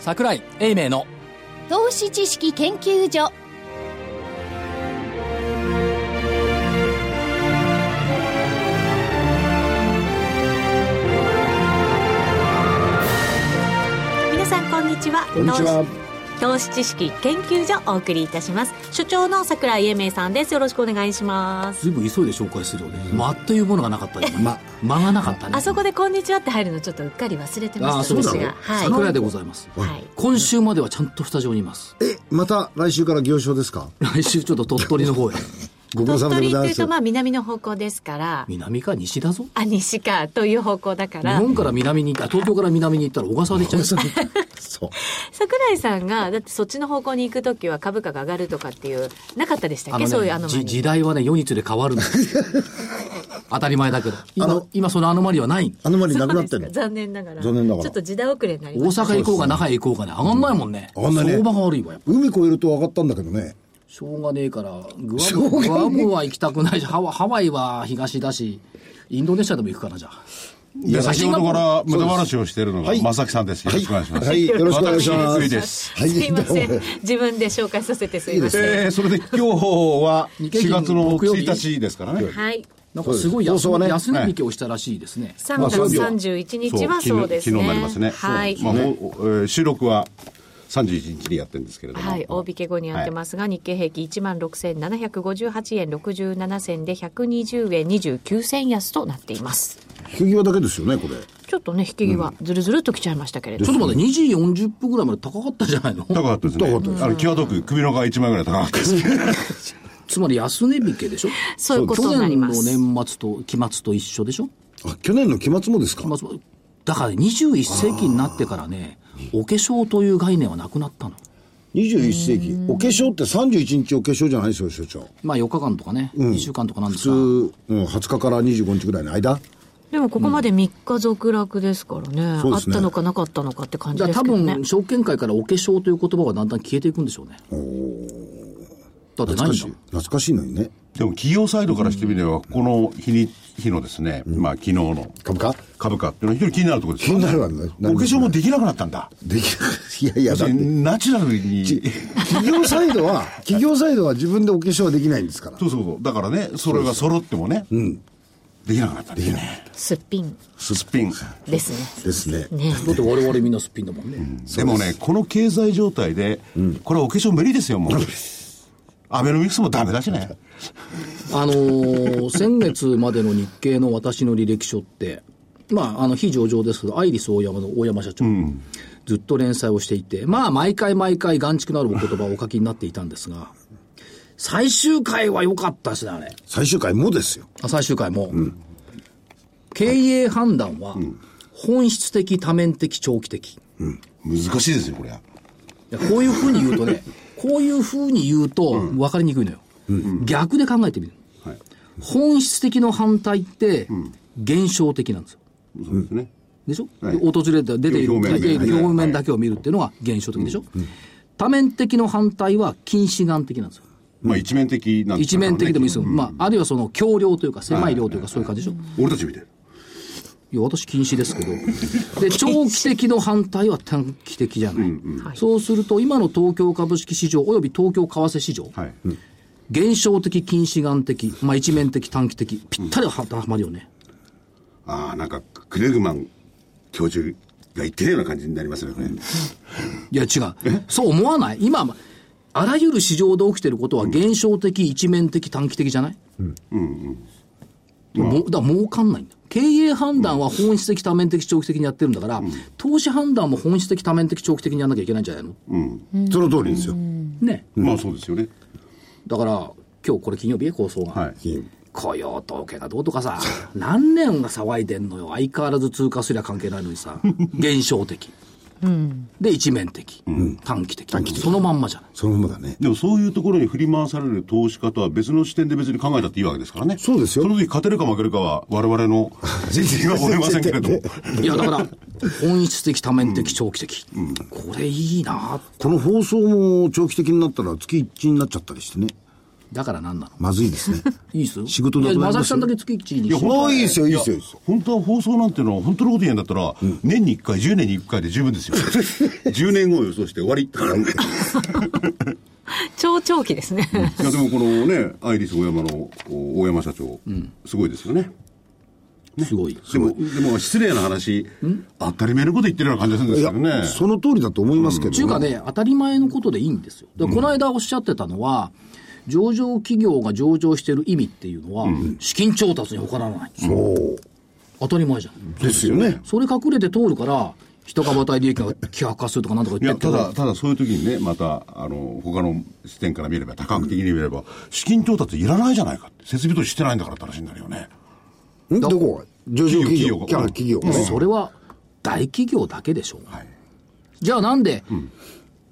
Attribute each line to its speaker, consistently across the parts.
Speaker 1: 桜井英明の
Speaker 2: 投資知識研究所
Speaker 3: 皆さんこんにちは
Speaker 4: こんにちは。
Speaker 3: 投資知識研究所お送りいたします所長の桜井英明さんですよろしくお願いします
Speaker 5: ずいぶん急いで紹介してるよね。
Speaker 1: 間というものがなかったね
Speaker 5: ま、
Speaker 1: 間がなかったね
Speaker 3: あそこでこんにちはって入るのちょっとうっかり忘れてま
Speaker 5: ああ、
Speaker 3: した
Speaker 5: そうだ
Speaker 3: 私
Speaker 5: ろ
Speaker 3: がはい
Speaker 5: 桜屋でございます。
Speaker 3: はい
Speaker 1: 今週まではちゃんとスタジオにいます
Speaker 4: え、また来週から行商ですか
Speaker 1: 来週ちょっと鳥取の 方へ
Speaker 4: ご苦労
Speaker 3: 鳥
Speaker 4: 様で
Speaker 3: 取
Speaker 4: ござい
Speaker 3: ってい
Speaker 4: ま
Speaker 3: う
Speaker 4: す
Speaker 3: と。まあ南の方向ですから
Speaker 1: 南か西だぞ
Speaker 3: あ西かという方向だか
Speaker 1: 日
Speaker 3: ら
Speaker 1: 本から南に行った東京から南に行ったら小笠原で行っちゃう
Speaker 4: そう。
Speaker 3: 桜井さんがだってそっちの方向に行く時は株価が上がるとかっていうなかったでしたっけ、そういうあの
Speaker 1: じ時代はね、夜につれ変わる んですよ当たり前だけど。今、今そのアノマリはない。
Speaker 4: あのまりなくなってんの。
Speaker 3: 残念ながら
Speaker 4: 残念ながら
Speaker 3: ちょっと時代遅れになり
Speaker 1: 大
Speaker 3: ました
Speaker 1: 阪行こうが中へ行こうがね、上がんないもんね。
Speaker 4: 上がんないね
Speaker 1: 相場が悪いわよ。
Speaker 4: 海越えると分かったんだけどね。
Speaker 1: しょうがねえから、グアム、グアムは行きたくないし、ハワハワイは東だし、インドネシアでも行くかな、じゃあ。
Speaker 6: いや先ほどから無駄話をしているのが
Speaker 4: はい
Speaker 6: 正木さんです。よろしくお願いします。
Speaker 4: はい、よろしくお願いし
Speaker 6: 私
Speaker 4: ま
Speaker 6: 三井
Speaker 4: す。
Speaker 6: です。
Speaker 4: はい、
Speaker 3: すいません
Speaker 4: ど うも
Speaker 3: 自分で紹介させてすいません
Speaker 6: えー、それ で今日は4
Speaker 1: 日
Speaker 6: 月の
Speaker 1: 木曜日
Speaker 6: 1日ですからね。
Speaker 3: はい
Speaker 1: なんかすごい
Speaker 4: そうです
Speaker 1: 安,、
Speaker 4: 放送はね
Speaker 1: 安値引きをしたらしいですね。
Speaker 3: 3月31日はそうですね。
Speaker 6: 昨日昨日になりますね。
Speaker 3: はい。
Speaker 6: まあほうえー収録は31日にやってるんですけれども。
Speaker 3: はい、大引け後にあってますが、日経平均1万6758円67銭で120円29銭安となっています。
Speaker 4: 引き際だけですよね、これ。
Speaker 3: ちょっとね、引き際、ずるずるっと来ちゃいましたけれど
Speaker 1: ちょっと待って、2時40分ぐらいまで高かったじゃないの
Speaker 6: 高かったですね。
Speaker 4: 高かった
Speaker 6: あの、際どく首の皮一枚ぐらい高かったですね。
Speaker 1: つまり安値引けでしょ
Speaker 3: そういうことになります
Speaker 1: 去年の年末と、期末と一緒でしょ
Speaker 4: あ、去年の期末もですか
Speaker 1: まあそうだから21世紀になってからねお化粧という概念はなくなったの
Speaker 4: ?21 世紀。お化粧って31日お化粧じゃないですよ、所長。
Speaker 1: まあ4日間とかね、
Speaker 4: ん
Speaker 1: 2週間とかなんですが
Speaker 4: 普通、うん、20日から25日ぐらいの間。
Speaker 3: でもここまで3日続落ですからね、
Speaker 4: そう
Speaker 3: あ
Speaker 4: で
Speaker 3: っ
Speaker 4: すね
Speaker 3: たのかなかったのかって感
Speaker 1: じ
Speaker 3: じ
Speaker 1: ゃあ
Speaker 3: です
Speaker 1: 多
Speaker 3: けどね。
Speaker 1: 分証券会からお化粧という言葉がだんだん消えていくんでしょうねだってない
Speaker 4: 懐か
Speaker 1: んだ
Speaker 4: し
Speaker 1: も
Speaker 4: い
Speaker 1: ん。
Speaker 4: 懐かしいのにね。
Speaker 6: でも企業サイドからしてみれば、この日に、日のですね、まあ昨日の
Speaker 4: 株価
Speaker 6: 株価っていうのは非常に気になるところです
Speaker 4: 気
Speaker 6: よ
Speaker 4: に
Speaker 6: ね。
Speaker 4: なるわね。
Speaker 6: お化粧もできなくなったんだ。
Speaker 4: でき ない。いやいや、だって。
Speaker 6: ナチュラルに。
Speaker 4: 企業サイドは、企業サイドは自分でお化粧はできないんですから。
Speaker 6: そうそうそう。だからね、それが揃ってもね、できなくなったんですね。
Speaker 3: すっぴん
Speaker 6: すっぴん。
Speaker 3: ですね。
Speaker 4: ですね。
Speaker 3: ね
Speaker 1: だって我々みんなすっぴんだもんね、
Speaker 6: でもね、この経済状態で、これはお化粧無理ですよ、もう。アベノミクスもダメだしね。
Speaker 1: あのー先月までの日経の私の履歴書ってまあ、あの非上場ですけど、アイリス大山の大山社長、ずっと連載をしていて、まあ、毎回毎回、眼畜のあるお言葉をお書きになっていたんですが、最終回は良かったですね、あれ。
Speaker 4: 最終回もですよ。
Speaker 1: あ最終回も、経営判断は本質的多面的長期的、
Speaker 6: 難しいですよ、これは。
Speaker 1: いやこういうふうに言うと ねこういうふうに言うと分かりにくいのよ、逆で考えてみる、
Speaker 6: はい
Speaker 1: 本質的の反対って現象的なんですよ
Speaker 6: そうですね。
Speaker 1: でしょ、
Speaker 6: はい
Speaker 1: 訪れて出ている
Speaker 6: 表面
Speaker 1: 出ている
Speaker 6: はいはいはい
Speaker 1: 表面だけを見るっていうのが現象的でしょ、多面的の反対は近視眼的なんですよ
Speaker 6: まあ一面的なんです
Speaker 1: 一
Speaker 6: けどね
Speaker 1: 面的でもいいですよ、まあ、あるいはその強量というか狭い量というかそういう感じでしょ、
Speaker 6: 俺たち見てる。
Speaker 1: いや、私禁止です けど。で、長期的の反対は短期的じゃない。
Speaker 3: はい
Speaker 1: そうすると、今の東京株式市場及び東京為替市場、
Speaker 6: はい。
Speaker 1: 現象的、近視眼的、まあ一面的、短期的、ぴったりははまるよね。
Speaker 6: ああ、なんか、クレグマン教授が言ってるような感じになりますね、これ。
Speaker 1: いや、違う。そう思わない今、あらゆる市場で起きてることは現象的、一面的、短期的じゃないもうだから儲かんないんだ。経営判断は本質的、多面的、長期的にやってるんだから、投資判断も本質的、多面的、長期的にやんなきゃいけないんじゃないの
Speaker 4: その通りですよ。
Speaker 1: ね。
Speaker 6: まあそうですよね。
Speaker 1: だから、今日これ金曜日へ構想が。
Speaker 6: はい。
Speaker 1: 雇用統計がどうとかさ、 何年が騒いでんのよ。相変わらず通過すりゃ関係ないのにさ、現象的。で、一面的。短期的。そのまんまじゃない。
Speaker 4: そのままだね。
Speaker 6: でもそういうところに振り回される投資家とは別の視点で別に考えたっていいわけですからね。
Speaker 4: そうですよ
Speaker 6: その時勝てるか負けるかは我 々の全然は思 いませんけれども。
Speaker 1: いや、だから、本質的、多面的、長期的。これいいな
Speaker 4: この放送も長期的になったら月1になっちゃったりしてね。
Speaker 1: だから何なの
Speaker 4: まずいですね。
Speaker 1: いいっすよ
Speaker 4: 仕事なくなりますよ
Speaker 1: いやまさきさんだけ月1に
Speaker 6: いや
Speaker 1: して
Speaker 6: 本当はい
Speaker 4: いですよいいですよ
Speaker 6: や本当は放送なんてのは本当のこと言うんだったら、年に1回10年に1回で十分 ですよ10年後を予想して終わり
Speaker 3: 超長期ですね。
Speaker 6: いやでもこのねアイリス大山のお大山社長、すごいですよね
Speaker 1: すごい
Speaker 6: でもでも失礼な話当たり前のこと言ってるような感じがするんで
Speaker 4: い
Speaker 6: す
Speaker 4: や
Speaker 6: けどね、
Speaker 4: その通りだと思いますけど、
Speaker 1: っていうかね、当たり前のことでいいんですよ。だからこの間おっしゃってたのは、上場企業が上場してる意味っていうのは、資金調達に他ならないんですよ
Speaker 4: そう。
Speaker 1: 当たり前じゃん。
Speaker 4: ですよね。
Speaker 1: それ隠れて通るから、一株当たり利益が希薄化するとかなんとか
Speaker 6: い
Speaker 1: 言っ
Speaker 6: や
Speaker 1: てる
Speaker 6: た
Speaker 1: け
Speaker 6: だ
Speaker 1: ど、
Speaker 6: ただそういう時にねまたあの他の視点から見れば多角的に見れば、資金調達いらないじゃないかって設備投資してないんだからって話になるよね
Speaker 4: んどこが上場企業、
Speaker 6: 企業
Speaker 4: キャラ企業。ね
Speaker 1: それは大企業だけでしょ。
Speaker 6: はい
Speaker 1: じゃあなんで、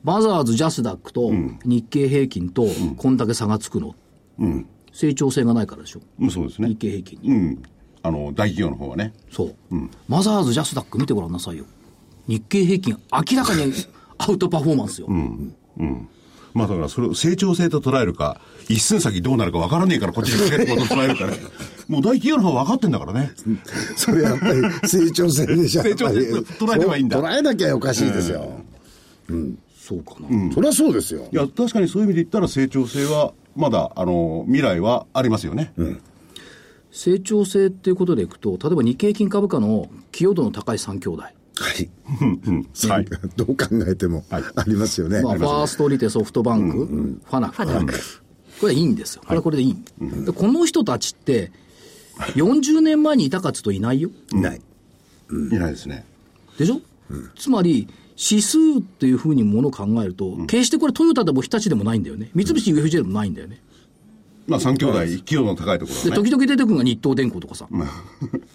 Speaker 1: マザーズ、ジャスダックと日経平均とこんだけ差がつくの
Speaker 6: うん、
Speaker 1: 成長性がないからでしょ。
Speaker 6: うん、そうですね
Speaker 1: 日経平均に。
Speaker 6: うんあの大企業の方はね
Speaker 1: そう、マザーズ、ジャスダック見てごらんなさいよ。日経平均、明らか にアウトパフォーマンスよ。
Speaker 6: まあだからそれを成長性と捉えるか一寸先どうなるか分からねえからこっちにかけることを捉えるから もう大企業の方は分かってんだからね
Speaker 4: それやっぱり成長性でしょ。
Speaker 6: 成長性
Speaker 4: やっぱり
Speaker 6: 捉えればいいんだ
Speaker 4: そう捉えなきゃおかしいですよ。
Speaker 1: そうかな。
Speaker 4: そりゃそうですよ
Speaker 6: い。や確かにそういう意味で言ったら成長性はまだあの未来はありますよね、
Speaker 1: 成長性っていうことでいくと、例えば日経平均株価の寄与度の高い3兄弟。
Speaker 4: はい。
Speaker 6: はい
Speaker 4: どう考えても、ありますよね。
Speaker 1: まあ、
Speaker 4: あり
Speaker 1: フ
Speaker 4: ま
Speaker 1: ァーストリテ、ソフトバンク、ファナック。これはいいんですよ。これはこれでいい。でこの人たちって、40年前にいたかっつうといないよ。
Speaker 4: すいない。
Speaker 6: いないですね
Speaker 1: でしょ、つまり、指数っていうふうにものを考えると、決してこれトヨタでも日立でもないんだよね。三菱 UFJ でもないんだよね。
Speaker 6: まあ3兄弟企業の高いとこ
Speaker 1: で、
Speaker 6: ろは
Speaker 1: 時
Speaker 6: ね
Speaker 1: 々出てくるのが日東電工とかさ、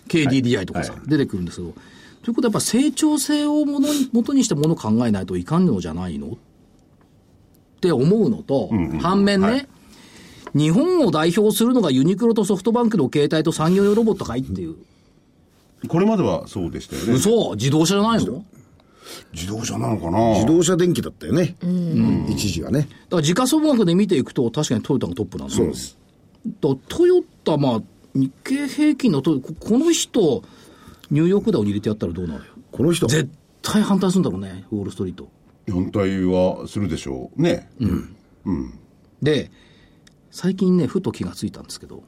Speaker 1: KDDI とかさ、出てくるんですけど、ということはやっぱ成長性をものに元にしたものを考えないといかんのじゃないのって思うのと、反面ね、日本を代表するのがユニクロとソフトバンクの携帯と産業用ロボットかいっていう。
Speaker 6: これまではそうでしたよね
Speaker 1: 嘘自動車じゃないのだか
Speaker 6: 自動車なのかな
Speaker 4: 自動車電気だったよね。一時はね。
Speaker 1: ら時価総額で見ていくと確かにトヨタがトップなんだよ
Speaker 4: そうです。
Speaker 1: だトヨタ、まあ、日経平均のトヨここの人、ニューヨークダウに入れてやったらどうなるよ。
Speaker 4: この人、
Speaker 1: 絶対反対するんだろうね、ウォール・ストリート。
Speaker 6: 反対はするでしょうね、
Speaker 1: で、最近ね、ふと気がついたんですけど、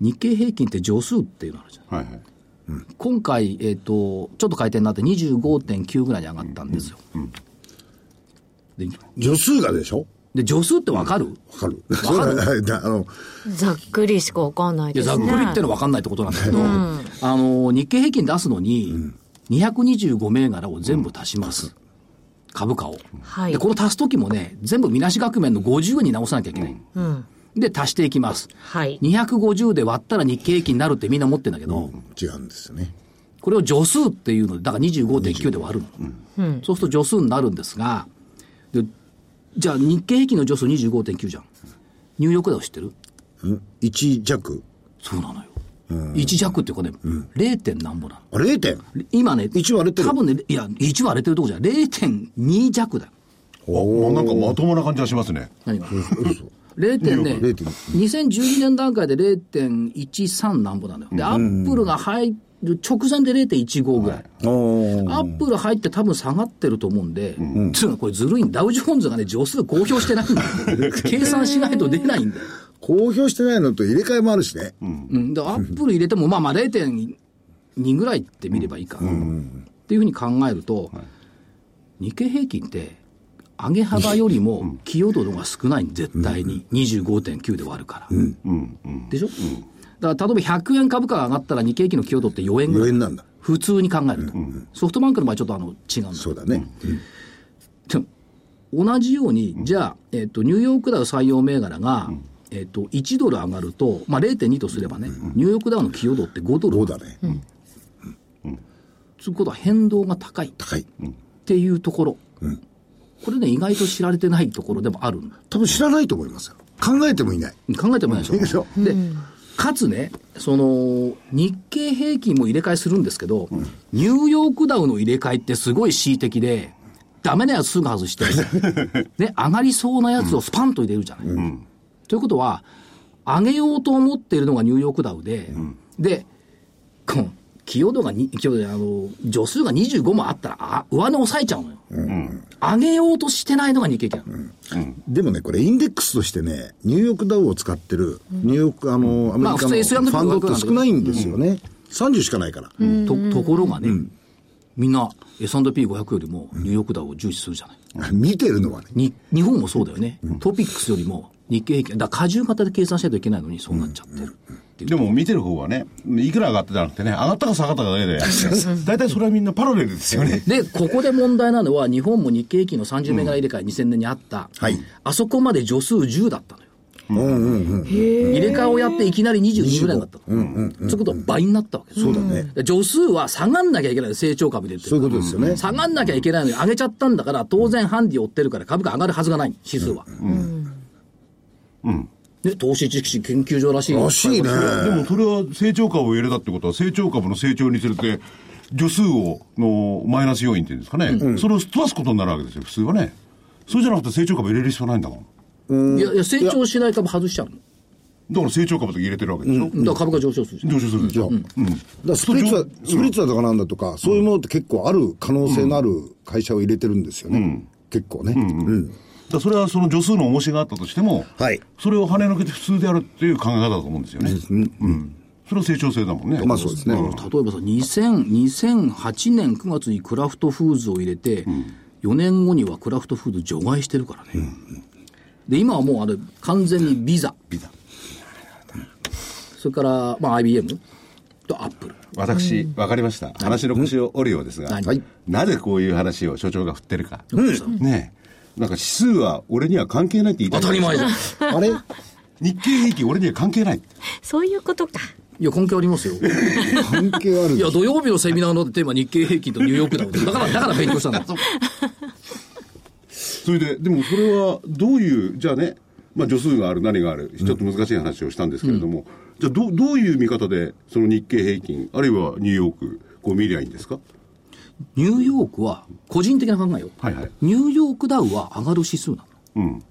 Speaker 1: 日経平均って助数っていうのあるじゃない。
Speaker 6: はいはい
Speaker 1: 今回、えっ、と、ちょっと回転になって25.9ぐらいに上がったんですよ。で、
Speaker 4: 女数がでしょ
Speaker 1: で助数ってわかる、
Speaker 4: わかる。そうだねだ あの、
Speaker 3: ざっくりしかわかんない
Speaker 1: いや、
Speaker 3: です
Speaker 1: ざっ
Speaker 3: ね。
Speaker 1: くりってのは分かんないってことなんだけど、あの、日経平均出すのに、225銘柄を全部足します。株価を。
Speaker 3: はい
Speaker 1: で、この足すときもね、全部みなし額面の50に直さなきゃいけない。で、足していきます。
Speaker 3: はい。
Speaker 1: 250で割ったら日経平均になるってみんな思ってんだけど、
Speaker 4: 違うんですよね。
Speaker 1: これを助数っていうので、だから25.9で割るの。そうすると助数になるんですが、でじゃあ日経平均の助数25.9じゃん。ニューヨークダウ知ってる
Speaker 4: うん1弱。
Speaker 1: そうなのよ。1弱っていうかね、0. 点何ぼなの。
Speaker 4: あ、0点。
Speaker 1: 今ね、
Speaker 4: 一割れてる
Speaker 1: 多分ね、いや、1割れてるとこじゃない0.2弱だよ。
Speaker 6: あなんかまともな感じがしますね
Speaker 1: 何が
Speaker 4: 嘘
Speaker 1: 0点ね、
Speaker 4: 0.2
Speaker 1: 2012年段階で0.13なんぼなのよ。で、アップルが入る直前で0.15ぐらい。
Speaker 4: お
Speaker 1: アップル入って多分下がってると思うんで、つうのこれずるいんダウジョーンズがね、上数公表してないんだよ。 計算しないと出ないんだよ。
Speaker 4: 公表してないのと入れ替えもあるしね。
Speaker 1: うん、で、アップル入れても、まあまあ0.2ぐらいって見ればいいかな、っていうふうに考えると、日経平均って、上げ幅よりも寄与度が少ない、絶対に、25.9で割るから。でしょ、だから例えば100円株価が上がったら、日経平均の寄与度って4円ぐら
Speaker 4: 余
Speaker 1: い、
Speaker 4: 円なんだ。
Speaker 1: 普通に考えると、ソフトバンクの場合、ちょっとあの違うんだ
Speaker 4: そうだね。
Speaker 1: でも同じように、じゃあ、えっとニューヨークダウ採用銘柄が、えっと1ドル上がると、まあ、0.2とすればね、ニューヨークダウの寄与度って5ドル
Speaker 4: どうだね。
Speaker 1: つうことは変動が高いっ
Speaker 4: 高い。
Speaker 1: ていうところ、これね、意外と知られてないところでもあるんだ
Speaker 4: 多分知らないと思いますよ。考えてもいない。
Speaker 1: 考えてもないでしょ。
Speaker 4: でしょ
Speaker 1: でかつね、その日経平均も入れ替えするんですけど、ニューヨークダウの入れ替えってすごい恣意的で、 ダメなやつすぐ外して、ね、上がりそうなやつをスパンと入れるじゃない。ということは、上げようと思っているのがニューヨークダウで、で、この寄与度がに、寄与度じゃないあの、助数が25もあったら、あ上値抑えちゃうのよ。上げようとしてないのが日経平均。
Speaker 7: でもね、これインデックスとしてね、ニューヨークダウを使ってる、ニューヨーク、あの、アメ
Speaker 1: まあ
Speaker 7: リ
Speaker 1: 普
Speaker 7: カ
Speaker 1: 通
Speaker 7: の
Speaker 1: S&P
Speaker 7: ファンドって少ないんですよね。30しかないから。
Speaker 1: とところがね、みんな S&P500 よりもニューヨークダウを重視するじゃない。
Speaker 7: 見てるのはね。
Speaker 1: に日本もそうだよね、トピックスよりも日経平均、だから加重型で計算しないといけないのに、そうなっちゃってるっていう、
Speaker 6: でも見てる方はね、いくら上がってたのってね、上がったか下がったかだけ で、大体それはみんなパラレルですよね。
Speaker 1: で、ここで問題なのは、日本も日経平均の30銘柄入れ替え、2000年にあった、
Speaker 7: はい
Speaker 1: あそこまで助数10だったのよ。入れ替えをやっていきなり22ぐらいになったの、そういうことは倍になったわけそうだね助数は下がんなきゃいけないの成長株でって
Speaker 7: そういうことですよね。
Speaker 1: 下がんなきゃいけないのに上げちゃったんだから、当然ハンディ追ってるから株価上がるはずがない、指数は。で、投資知識研究所らしい。
Speaker 7: らしいね。
Speaker 6: でもそれは成長株を入れたってことは、成長株の成長につれて、助数を、のマイナス要因っていうんですかね、それをすっ飛ばすことになるわけですよ、普通はね。そうじゃなくて成長株入れる必要ないんだもん。
Speaker 1: いや、いや成長しない株外しちゃうの。
Speaker 6: だから成長株とか入れてるわけでしょ。
Speaker 1: だから株価上昇するじゃん。
Speaker 6: 上昇するでしょ。うん
Speaker 7: だからスピリチュア、スピリチュアとかなんだとか、そういうものって結構ある可能性のある会社を入れてるんですよね。結構ね。うん。
Speaker 6: だからそれはその助数の重しがあったとしても、
Speaker 7: はい
Speaker 6: それを跳ね抜けて普通であるっていう考え方だと思うんですよね。うんそれは成長性だもんね。
Speaker 7: まあそうですね。
Speaker 1: 例えばさ、2000 2008年9月にクラフトフーズを入れて、4年後にはクラフトフーズ除外してるからね。で、今はもうあれ、完全にビザ。ビザ。それから、まあ IBM とアップル。
Speaker 8: 私、わかりました。話の腰を折るようですが、
Speaker 1: うん
Speaker 7: はい
Speaker 8: なぜこういう話を所長が振ってるか。ねえ。なんか指数は俺には関係ないって言いたい。
Speaker 1: 当たり前じゃん。い
Speaker 7: あれ
Speaker 8: 日経平均俺には関係ない。
Speaker 3: そういうことか。
Speaker 1: や、根拠あります よ。
Speaker 7: 関係ある
Speaker 1: いや、土曜日のセミナーのテーマ、日経平均とニューヨークダウンですだから、だから勉強したん だ。
Speaker 8: それで、でもそれはどういう、じゃあね、まあ助数がある、何がある、ちょっと難しい話をしたんですけれども、じゃあどうどういう見方で、その日経平均、あるいはニューヨーク、こう見りゃいいんですか
Speaker 1: ニューヨークは、個人的な考えよ。
Speaker 8: はいはい
Speaker 1: ニューヨークダウは上がる指数なの。
Speaker 8: うん。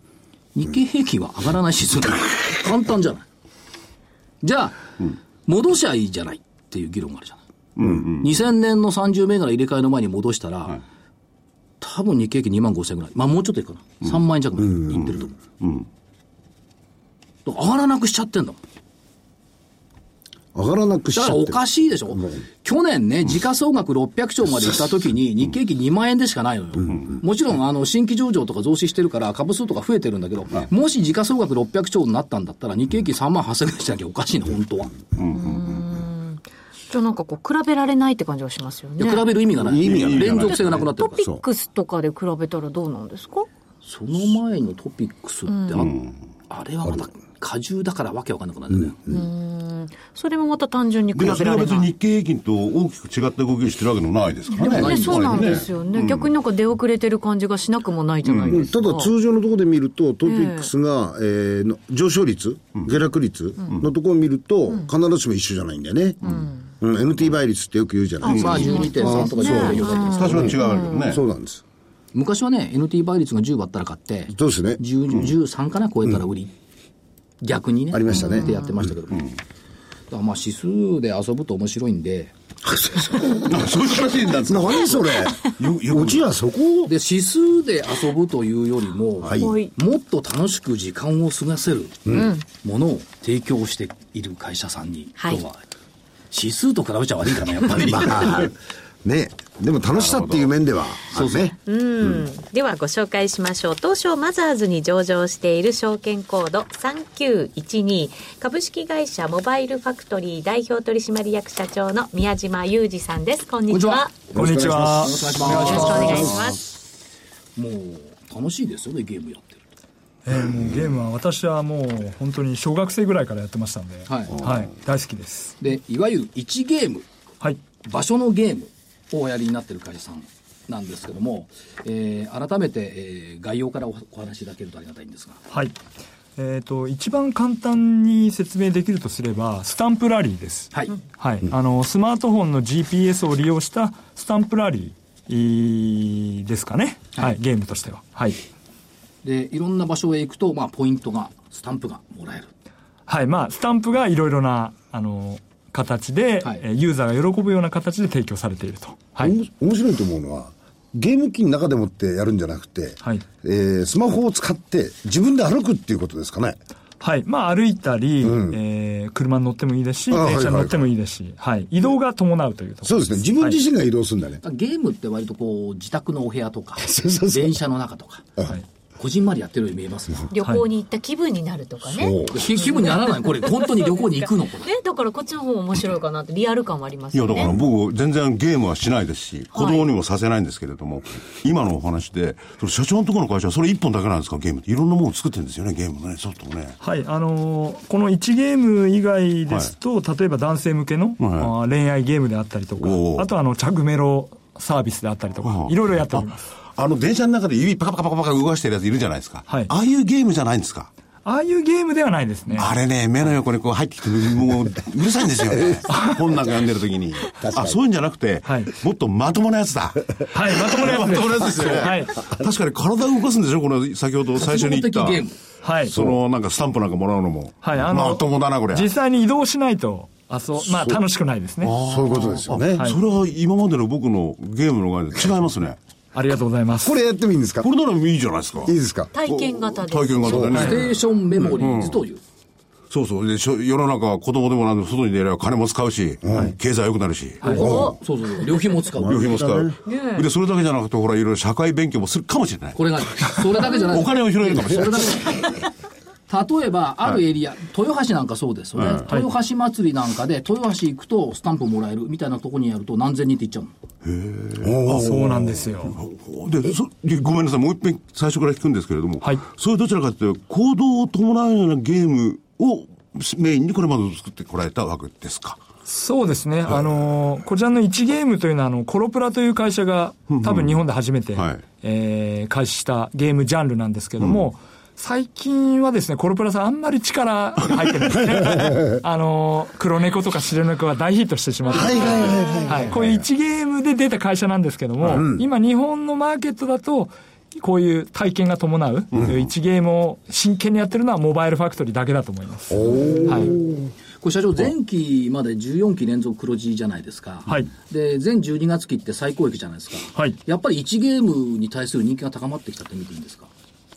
Speaker 1: 日経平均は上がらない指数な の。簡単じゃない。じゃあ、戻しゃいいじゃないっていう議論があるじゃない。2000年の30銘柄入れ替えの前に戻したら、多分日経平均2万5000ぐらい。まあもうちょっといくかな。3万円弱ぐらいいってると思う。だから上がらなくしちゃってんだもん。
Speaker 7: 上がらなくしち
Speaker 1: だ
Speaker 7: ゃっ
Speaker 1: か
Speaker 7: て
Speaker 1: ら
Speaker 7: る
Speaker 1: おかしいでしょ、去年ね、時価総額600兆までいったときに、日経平均2万円でしかないのよ、もちろんあの新規上場とか増資してるから、株数とか増えてるんだけど、もし時価総額600兆になったんだったら、日経平均3万8000円しなきゃおかしいの、本当は。
Speaker 3: じゃあなんかこう比べられないって感じはしますよ
Speaker 1: で
Speaker 3: ね。
Speaker 1: 比べる意味がない、
Speaker 7: 意味がない
Speaker 1: 連続性がなくなって
Speaker 3: ト
Speaker 1: るから
Speaker 3: ピ、ックスとかで比べたらどうなんですか
Speaker 1: その前のトピックスってあ、あれはまた過重だからわけわかんなくなるんだよ、
Speaker 3: それもまた単純に比
Speaker 6: で
Speaker 3: べ
Speaker 6: もそれ
Speaker 3: ら
Speaker 6: は
Speaker 3: れ
Speaker 6: 別
Speaker 3: な
Speaker 6: に
Speaker 3: い
Speaker 6: 日。経平均と大きく違った動きをしてるわけでもないですからね。
Speaker 3: ね、そうなんですよね、逆になんか出遅れてる感じがしなくもないじゃないですか。
Speaker 7: ただ通常のところで見ると、トピックスが、えーの上昇率、下落率のところを見ると、必ずしも一緒じゃないんだよね。うん、NT 倍率ってよく言うじゃないですか。
Speaker 1: まあ12.3とか14.4だったんです
Speaker 6: 多少は違うわけどね。
Speaker 7: そうなんです。
Speaker 1: 昔はね、NT 倍率が10割ったら買って、
Speaker 7: そうですね。
Speaker 1: 10 13かな、超えたら売り、逆にね、
Speaker 7: ありましたね
Speaker 1: ってやってましたけど、だからまあ指数で遊ぶと面白いんで、
Speaker 6: あそういう話になるんですか
Speaker 7: 何 それうちはそこを
Speaker 1: で指数で遊ぶというよりも、
Speaker 7: い
Speaker 3: はい
Speaker 1: もっと楽しく時間を過ごせるものを提供している会社さんに、
Speaker 3: はい
Speaker 1: 今日は指数と比べちゃ悪いかな、や っぱり。
Speaker 7: ねでも楽しさっていう面では、そうね。
Speaker 3: ではご紹介しましょう東証マザーズに上場している証券コード3912株式会社モバイルファクトリー代表取締役社長の宮島裕二さんですこんにちは
Speaker 8: こんにちは。
Speaker 3: よろしくお願いします
Speaker 1: もう楽しいですよね、ゲームやってる。
Speaker 9: えーもうゲームは私はもう本当に小学生ぐらいからやってましたんで、
Speaker 1: はい
Speaker 9: 大好きです
Speaker 1: で、いわゆる1ゲーム
Speaker 9: はい
Speaker 1: 場所のゲームをおやりになってる会社さんなんですけども、えー改めて、えー概要からおお話しいただけるとありがたいんですが、
Speaker 9: はいえっ、と一番簡単に説明できるとすればスタンプラリーです
Speaker 1: はい、
Speaker 9: はい、あのスマートフォンの GPS を利用したスタンプラリーえーですかね、はいゲームとしてははい
Speaker 1: で、いろんな場所へ行くと、まあ、ポイントが、スタンプがもらえる。
Speaker 9: はい、まあ、スタンプがいろいろな、あの、形で、
Speaker 1: はい
Speaker 9: えーユーザーが喜ぶような形で提供されていると。は
Speaker 7: お
Speaker 9: い。
Speaker 7: も面白いと思うのは、ゲーム機の中でもってやるんじゃなくて、
Speaker 9: はい
Speaker 7: えースマホを使って自分で歩くっていうことですかね。
Speaker 9: はい。まあ、歩いたり、えー車に乗ってもいいですし、
Speaker 7: あはい
Speaker 9: 電車に乗ってもいいですし、はい。移動が伴うというところ
Speaker 7: そうですね。自分自身が移動するんだね。
Speaker 1: ゲームって割とこう、自宅のお部屋とか
Speaker 7: そうそう、そう
Speaker 1: 電車の中とか、
Speaker 9: はい。
Speaker 1: こじんまりやってるように見えますが。
Speaker 3: 旅行に行った気分になるとかね。ね、
Speaker 1: 気気分にならない。これ、本当に旅行に行くの、これ。
Speaker 3: だからこっちの方も面白いかなって、リアル感はあります
Speaker 6: い
Speaker 3: よ
Speaker 6: や、
Speaker 3: ね。
Speaker 6: だから僕、全然ゲームはしないですし、子供にもさせないんですけれども、今のお話で、その社長のところの会社はそれ一本だけなんですか、ゲームって。いろんなものを作ってるんですよね、ゲームのね、ソフトもね。
Speaker 9: はい、あのーこの1ゲーム以外ですと、例えば男性向けの、
Speaker 6: はい
Speaker 9: あー恋愛ゲームであったりとか
Speaker 6: おう、
Speaker 9: あとはあの、着メロサービスであったりとか
Speaker 6: う、ん
Speaker 9: いろいろやっております。
Speaker 6: あの、電車の中で指パカパカパカ動かしてるやついるじゃないですか。
Speaker 9: はい
Speaker 6: ああいうゲームじゃないんですか。
Speaker 9: ああいうゲームではないですね。
Speaker 6: あれね、目の横にこう入ってきて、もう、うるさいんですよね。本なんか読んでる時に。あ、そういうんじゃなくて
Speaker 9: はい、
Speaker 6: もっとまともなやつだ。
Speaker 9: はい、まともなやつ
Speaker 6: ま
Speaker 9: です。
Speaker 6: ともなやつですよね。
Speaker 9: はい。
Speaker 6: 確かに体を動かすんでしょこの、先ほど最初に言っ
Speaker 1: 活
Speaker 6: た
Speaker 1: 動的ゲーム。
Speaker 9: はい。
Speaker 6: その、なんかスタンプなんかもらうのも。
Speaker 9: はい、あの、
Speaker 6: まともだな、これ。
Speaker 9: 実際に移動しないと、あ、そう、まあ、楽しくないですね。
Speaker 7: そういうことですよね。
Speaker 6: あそれは今までの僕のゲームの概念と違いますね。
Speaker 9: ありがとうございます。
Speaker 7: これやってもいいんですか
Speaker 6: これならいいじゃないですか。
Speaker 7: いいですか
Speaker 3: 体験型です。
Speaker 6: 体験型で
Speaker 1: ステ
Speaker 6: ね。
Speaker 1: ーションメモリーズという。
Speaker 6: そうそう。で、しょ世の中は子供でもなんでも外に出れば金も使うし、経済良くなるし、
Speaker 1: おそうそうそう。旅費も使
Speaker 6: 旅
Speaker 1: う。
Speaker 6: 費も使う。で、それだけじゃなくて、ほら、いろいろ社会勉強もするかもしれない。
Speaker 1: これが、それだけじゃない
Speaker 6: お金を拾えるかもしれない。
Speaker 1: それだけじゃない例えば、あるエリア、豊橋なんかそうですよね、豊橋祭りなんかで、豊橋行くとスタンプもらえるみたいなとこにやると、何千人っていっちゃうの。
Speaker 9: そうなんですよ。
Speaker 6: でそでごめんなさい、もう一遍最初から聞くんですけれども、
Speaker 9: はい
Speaker 6: それどちらかというと、行動を伴うようなゲームをメインにこれまで作ってこられたわけですか。
Speaker 9: そうですね。あのーこちらの1ゲームというのは、あの、コロプラという会社が、多分日本で初めて、
Speaker 6: はい
Speaker 9: えー開始したゲームジャンルなんですけども、最近はですね、コロプラさんあんまり力が入ってないです ね。あのー黒猫とか白猫が大ヒットしてしまった。はいはいはいはい。こういう1ゲームで出た会社なんですけども、今日本のマーケットだと、こういう体験が伴う、1ゲームを真剣にやってるのはモバイルファクトリーだけだと思います。はい。
Speaker 1: これ社長、前期まで14期連続黒字じゃないですか、
Speaker 9: はい
Speaker 1: で前12月期って最高益じゃないですか、
Speaker 9: はい
Speaker 1: やっぱり1ゲームに対する人気が高まってきたって見ていいんですか、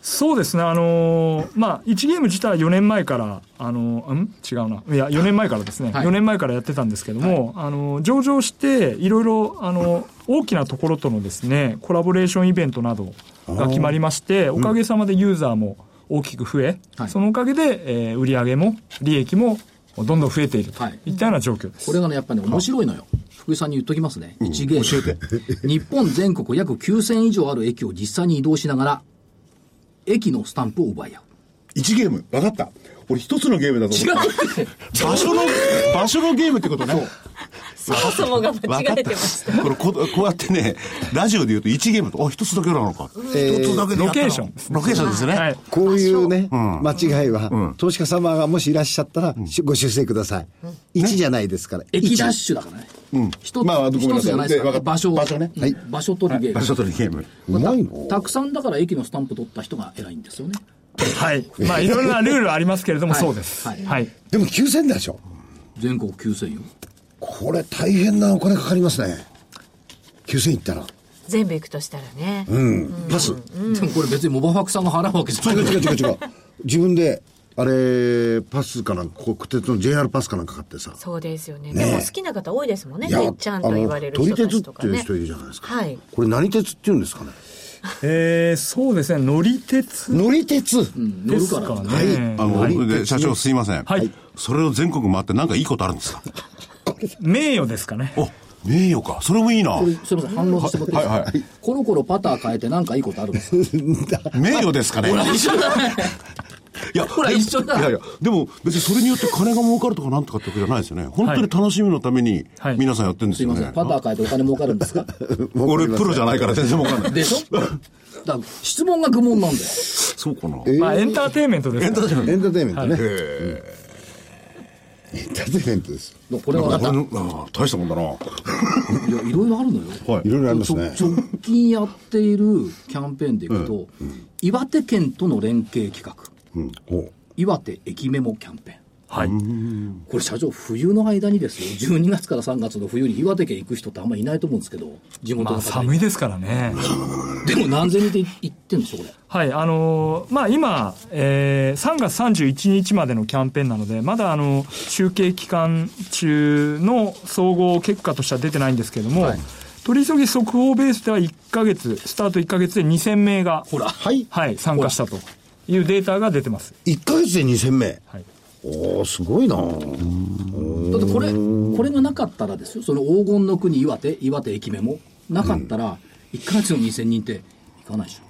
Speaker 9: そうですね、あのーまあ、1ゲーム自体は4年前から、あのーん違うな、いや、4年前からですね、
Speaker 1: はい
Speaker 9: 4年前からやってたんですけども、あのー上場して、いろいろ、あのー大きなところとのですね、コラボレーションイベントなどが決まりまして、おかげさまでユーザーも大きく増え、
Speaker 1: はい
Speaker 9: そのおかげで、えー売り上げも利益もどんどん増えていると
Speaker 1: はい
Speaker 9: いったような状況です。
Speaker 1: これがね、やっぱね、面白いのよ、福井さんに言っときますね、1ゲーム、 日本全国約9000以上ある駅を実際に移動しながら、駅のスタンプを奪い合う。
Speaker 10: 1ゲーム、分かった。俺一つのゲームだと思って
Speaker 6: 場所の、場所のゲームってことね。
Speaker 3: そもそもが間
Speaker 6: 分
Speaker 3: 違
Speaker 6: かっ
Speaker 3: えてました。
Speaker 6: これこ、こうやってね、ラジオで言うと1ゲームと、あ、一つだけなのか。一、つだけでやったの
Speaker 9: ロケーションです
Speaker 6: ロケーションですね。
Speaker 9: はい
Speaker 11: こういうね、間違いは、投資家様がもしいらっしゃったら、しご修正ください。1じゃないですから。
Speaker 1: 駅
Speaker 11: 1
Speaker 1: ダッシュだからね。一つ、
Speaker 10: まあごめんなさい
Speaker 1: 一つじゃないですか
Speaker 10: でわかっ
Speaker 1: ら、場所を、
Speaker 10: 場所ね
Speaker 1: うん
Speaker 11: はい
Speaker 1: 場所取りゲーム、
Speaker 6: 場所取りゲーム。
Speaker 11: うまいの
Speaker 1: たくさんだから駅のスタンプ取った人が偉いんですよね。
Speaker 9: はい。まあ、いろいろなルールはありますけれども、
Speaker 1: はい
Speaker 9: そうです。
Speaker 1: はい
Speaker 9: はい。
Speaker 7: でも9000でしょ
Speaker 1: 全国9000よ。
Speaker 7: これ大変なお金かかりますね。9000いったら。
Speaker 3: 全部行くとしたらね。
Speaker 7: うん。パス。
Speaker 1: でもこれ別にモバファクさんが払うわけじゃ
Speaker 7: 違う
Speaker 1: ない。
Speaker 7: 違う違う違う。自分で、あれ、パスかなんか、国鉄の JR パスかなんか買ってさ。
Speaker 3: そうですよね。
Speaker 7: ね
Speaker 3: でも好きな方多いですもんね。
Speaker 7: いや
Speaker 3: てっちゃんと言われる
Speaker 7: あの
Speaker 3: 人
Speaker 7: 撮り
Speaker 3: たち
Speaker 7: 鉄っ
Speaker 3: と
Speaker 7: て
Speaker 3: か
Speaker 7: いう
Speaker 3: ね
Speaker 7: 人。いるじゃないですか。
Speaker 3: はい。
Speaker 7: これ何鉄っていうんですかね。
Speaker 9: えー、そうですね、乗り鉄
Speaker 7: 乗り鉄。
Speaker 1: 乗
Speaker 9: で
Speaker 1: る
Speaker 9: す
Speaker 1: か。
Speaker 9: からね。
Speaker 6: あの、それで社長すいません。
Speaker 9: はい
Speaker 6: それを全国回ってなんかいいことあるんですか
Speaker 9: 名誉ですかね。
Speaker 6: お、名誉か。それもいいな
Speaker 1: こ。れすみません、反論させてもらっていいですか、コロコロパター変えてなんかいいことあるんですか
Speaker 6: 名誉ですかね。
Speaker 1: 一緒だね。
Speaker 6: いや、
Speaker 1: ほら
Speaker 6: でも
Speaker 1: 一緒だ
Speaker 6: いやいや、でも別にそれによって金が儲かるとかなんとかってわけじゃないですよね。本当に楽しみのために
Speaker 9: はい
Speaker 6: 皆さんやってるんです
Speaker 1: すい
Speaker 6: よ
Speaker 1: ま
Speaker 6: ね。
Speaker 1: せん、パター変えてお金儲かるんですか
Speaker 6: 俺プロじゃないから全然儲かんない。
Speaker 1: でしょだから質問が愚問なんだよ。
Speaker 6: そうかな。
Speaker 9: まあ、エンターテインメントですから。
Speaker 11: エンターテインメントね。
Speaker 7: ターテイメントです。
Speaker 1: これは
Speaker 6: あ
Speaker 1: 分かった。
Speaker 6: あ大したもんだな。
Speaker 1: いや、いろいろあるのよ。
Speaker 7: いろいろありますね。
Speaker 1: ちょ直近やっているキャンペーンでいくと、岩手県との連携企画、
Speaker 7: うん。ほう。
Speaker 1: 岩手駅メモキャンペーン。
Speaker 6: はい。
Speaker 1: これ社長、冬の間にですよ、12月から3月の冬に岩手県行く人ってあんまりいないと思うんですけど、地元
Speaker 9: ま
Speaker 1: の
Speaker 9: あ、
Speaker 1: 方、
Speaker 9: 寒いですからね。
Speaker 1: でも何千人で行ってんでしょ、これ。
Speaker 9: はい、あのーまあ、今、えー3月31日までのキャンペーンなので、まだ、あの集計期間中の総合結果としては出てないんですけれども、取り急ぎ速報ベースでは1ヶ月、スタート1ヶ月で2000名が、
Speaker 1: ほら、
Speaker 7: はい。
Speaker 9: はい、参加したというデータが出てます。
Speaker 7: 1ヶ月で2000名。
Speaker 9: はい
Speaker 7: おおすごいな
Speaker 1: だってこれ、これがなかったらですよ、その黄金の国、岩手、岩手駅メモ、なかったら、1ヶ月の2000人って行かないでしょ。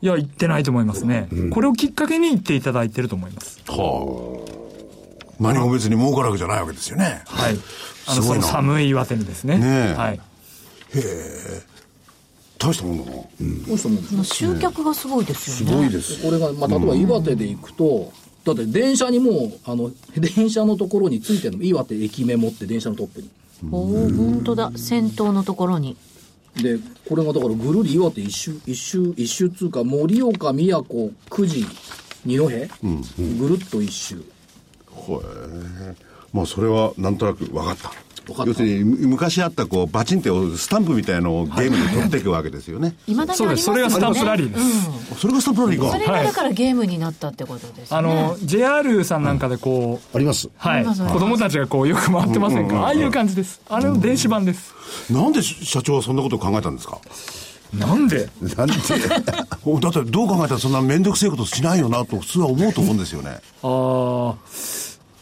Speaker 9: いや、行ってないと思いますね。これをきっかけに行っていただいてると思います。
Speaker 6: はあ。何も別に儲かるわけじゃないわけですよね。
Speaker 9: はい。あの、
Speaker 6: すご
Speaker 9: そ
Speaker 6: い
Speaker 9: の
Speaker 6: な
Speaker 9: 寒い岩手にですね。
Speaker 6: ねえ
Speaker 9: はい。
Speaker 6: 大したもんだな。
Speaker 1: どうしたもんです
Speaker 3: もう集客がすごいですよね。
Speaker 7: 多いです。
Speaker 1: これが、まあ、例えば岩手で行くと、だって電車にもうあの電車のところについてるの岩手駅メモって電車のトップに
Speaker 3: おお、本当だ。先頭のところに。
Speaker 1: でこれがだからぐるり岩手一周一周一周通過盛岡宮古久慈二戸、ぐるっと一周
Speaker 6: ほえまあそれはなんとなく分かった
Speaker 1: 分かった
Speaker 6: 要するにむ昔あったこうバチンって押すスタンプみたいのをゲームに取っていくわけですよね、
Speaker 3: いまだに
Speaker 9: そう
Speaker 3: あり
Speaker 9: で。
Speaker 3: ますす
Speaker 9: それがスタンプラリーです。
Speaker 6: それがスタンプラリーか
Speaker 3: それがだからゲームになったってことですね。
Speaker 9: あの、JR さんなんかでこう、
Speaker 7: あります。
Speaker 9: は
Speaker 3: あ
Speaker 9: い。
Speaker 3: り
Speaker 9: 子
Speaker 3: ますね
Speaker 9: 供たちがこう、よく回ってませんか、ああいう感じです。あれの電子版です。
Speaker 6: なんで社長はそんなことを考えたんですか
Speaker 9: なんで
Speaker 7: なんて。
Speaker 6: おだってどう考えたらそんな面倒くせえことしないよなと普通は思うと思うんですよね
Speaker 9: ああ。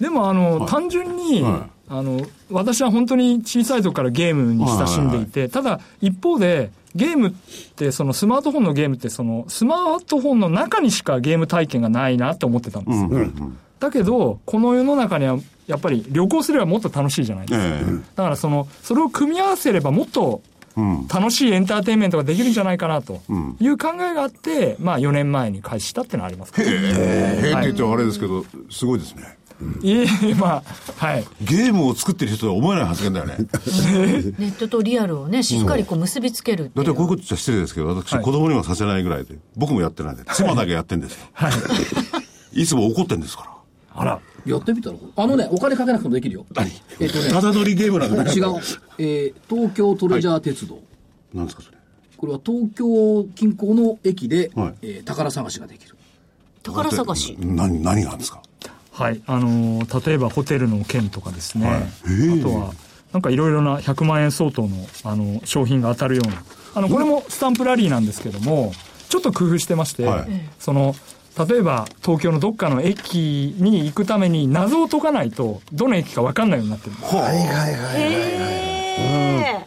Speaker 9: でも、あの、単純に、
Speaker 6: は
Speaker 9: あの、私は本当に小さい時からゲームに親しんでいて、ただ、一方で、ゲームって、そのスマートフォンのゲームって、そのスマートフォンの中にしかゲーム体験がないなって思ってたんですよ。だけど、この世の中には、やっぱり旅行すればもっと楽しいじゃないですか。
Speaker 6: ええ
Speaker 9: だからその、それを組み合わせればもっと楽しいエンターテインメントができるんじゃないかなという考えがあって、まあ4年前に開始したっていうのはありますかね
Speaker 6: へえって言ってはあれですけどすごいですね
Speaker 9: いえいえ、まあ、はい。
Speaker 6: ゲームを作ってる人とは思えない発言だよね
Speaker 3: ネットとリアルをね、しっかりこう結びつけるって
Speaker 6: だ
Speaker 3: い
Speaker 6: って
Speaker 3: う。
Speaker 6: こういうことじゃ失礼ですけど私、
Speaker 9: はい
Speaker 6: 子供にはさせないぐらいで僕もやってないんで妻だけやってんですよ、い、つも怒ってんですから
Speaker 9: あら。
Speaker 1: やってみたらあのねお金かけなくてもできるよえっ、と
Speaker 6: ただ乗りゲームなんだ
Speaker 1: ね違 う、えー東京トレジャー鉄道、
Speaker 6: なんですかそれ
Speaker 1: これは東京近郊の駅で、
Speaker 6: はい
Speaker 1: えー宝探しができる
Speaker 3: 宝探し。
Speaker 6: 何何があるんですか
Speaker 9: はい。あのー例えばホテルの券とかですね。あとは、なんかいろいろな100万円相当の、あの、商品が当たるような。あの、これもスタンプラリーなんですけども、ちょっと工夫してまして、
Speaker 6: はい
Speaker 9: その、例えば東京のどっかの駅に行くために謎を解かないと、どの駅か分かんないようになってるんです
Speaker 3: へえ。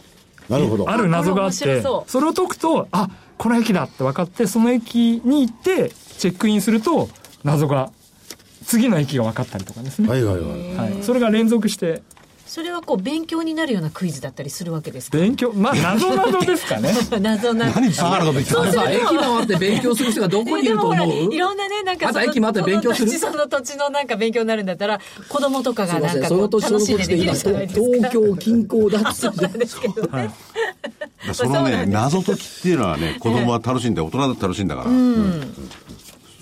Speaker 7: なるほど。
Speaker 9: ある謎があっ
Speaker 3: これ面白
Speaker 9: て
Speaker 3: そ
Speaker 9: そうれを解くとあこの駅だって分かってその駅に行ってチェックインすると謎が次の駅が分かったりとかですね、
Speaker 7: はいはいはい。
Speaker 9: はい、それが連続して
Speaker 3: それはこう勉強になるようなクイズだったりするわけですか
Speaker 9: 勉強まあ謎謎ですかね
Speaker 3: 謎な。何
Speaker 6: あること言って
Speaker 1: だから駅回って勉強する人がどこにいると思う
Speaker 3: いろんなね、なんか
Speaker 1: あ
Speaker 3: そ
Speaker 1: と
Speaker 3: の、
Speaker 1: 駅回って勉強する
Speaker 3: その土地、その土地のなんか勉強になるんだったら、子供とか
Speaker 1: す
Speaker 3: が
Speaker 1: いま
Speaker 3: な
Speaker 1: せ
Speaker 3: ん
Speaker 1: ん、
Speaker 3: か
Speaker 1: そ
Speaker 3: こ
Speaker 1: の
Speaker 3: う
Speaker 1: 年そ
Speaker 3: 楽
Speaker 1: の
Speaker 3: しん
Speaker 1: 年
Speaker 3: で
Speaker 1: で
Speaker 3: でき
Speaker 1: 今
Speaker 3: るじゃないですか。
Speaker 1: 東京近郊だっつ
Speaker 3: そ
Speaker 1: っ
Speaker 3: うな
Speaker 1: て
Speaker 3: んですけどね。
Speaker 6: そのね謎解きっていうのはね子供は楽しんで大人だって楽しいんだから、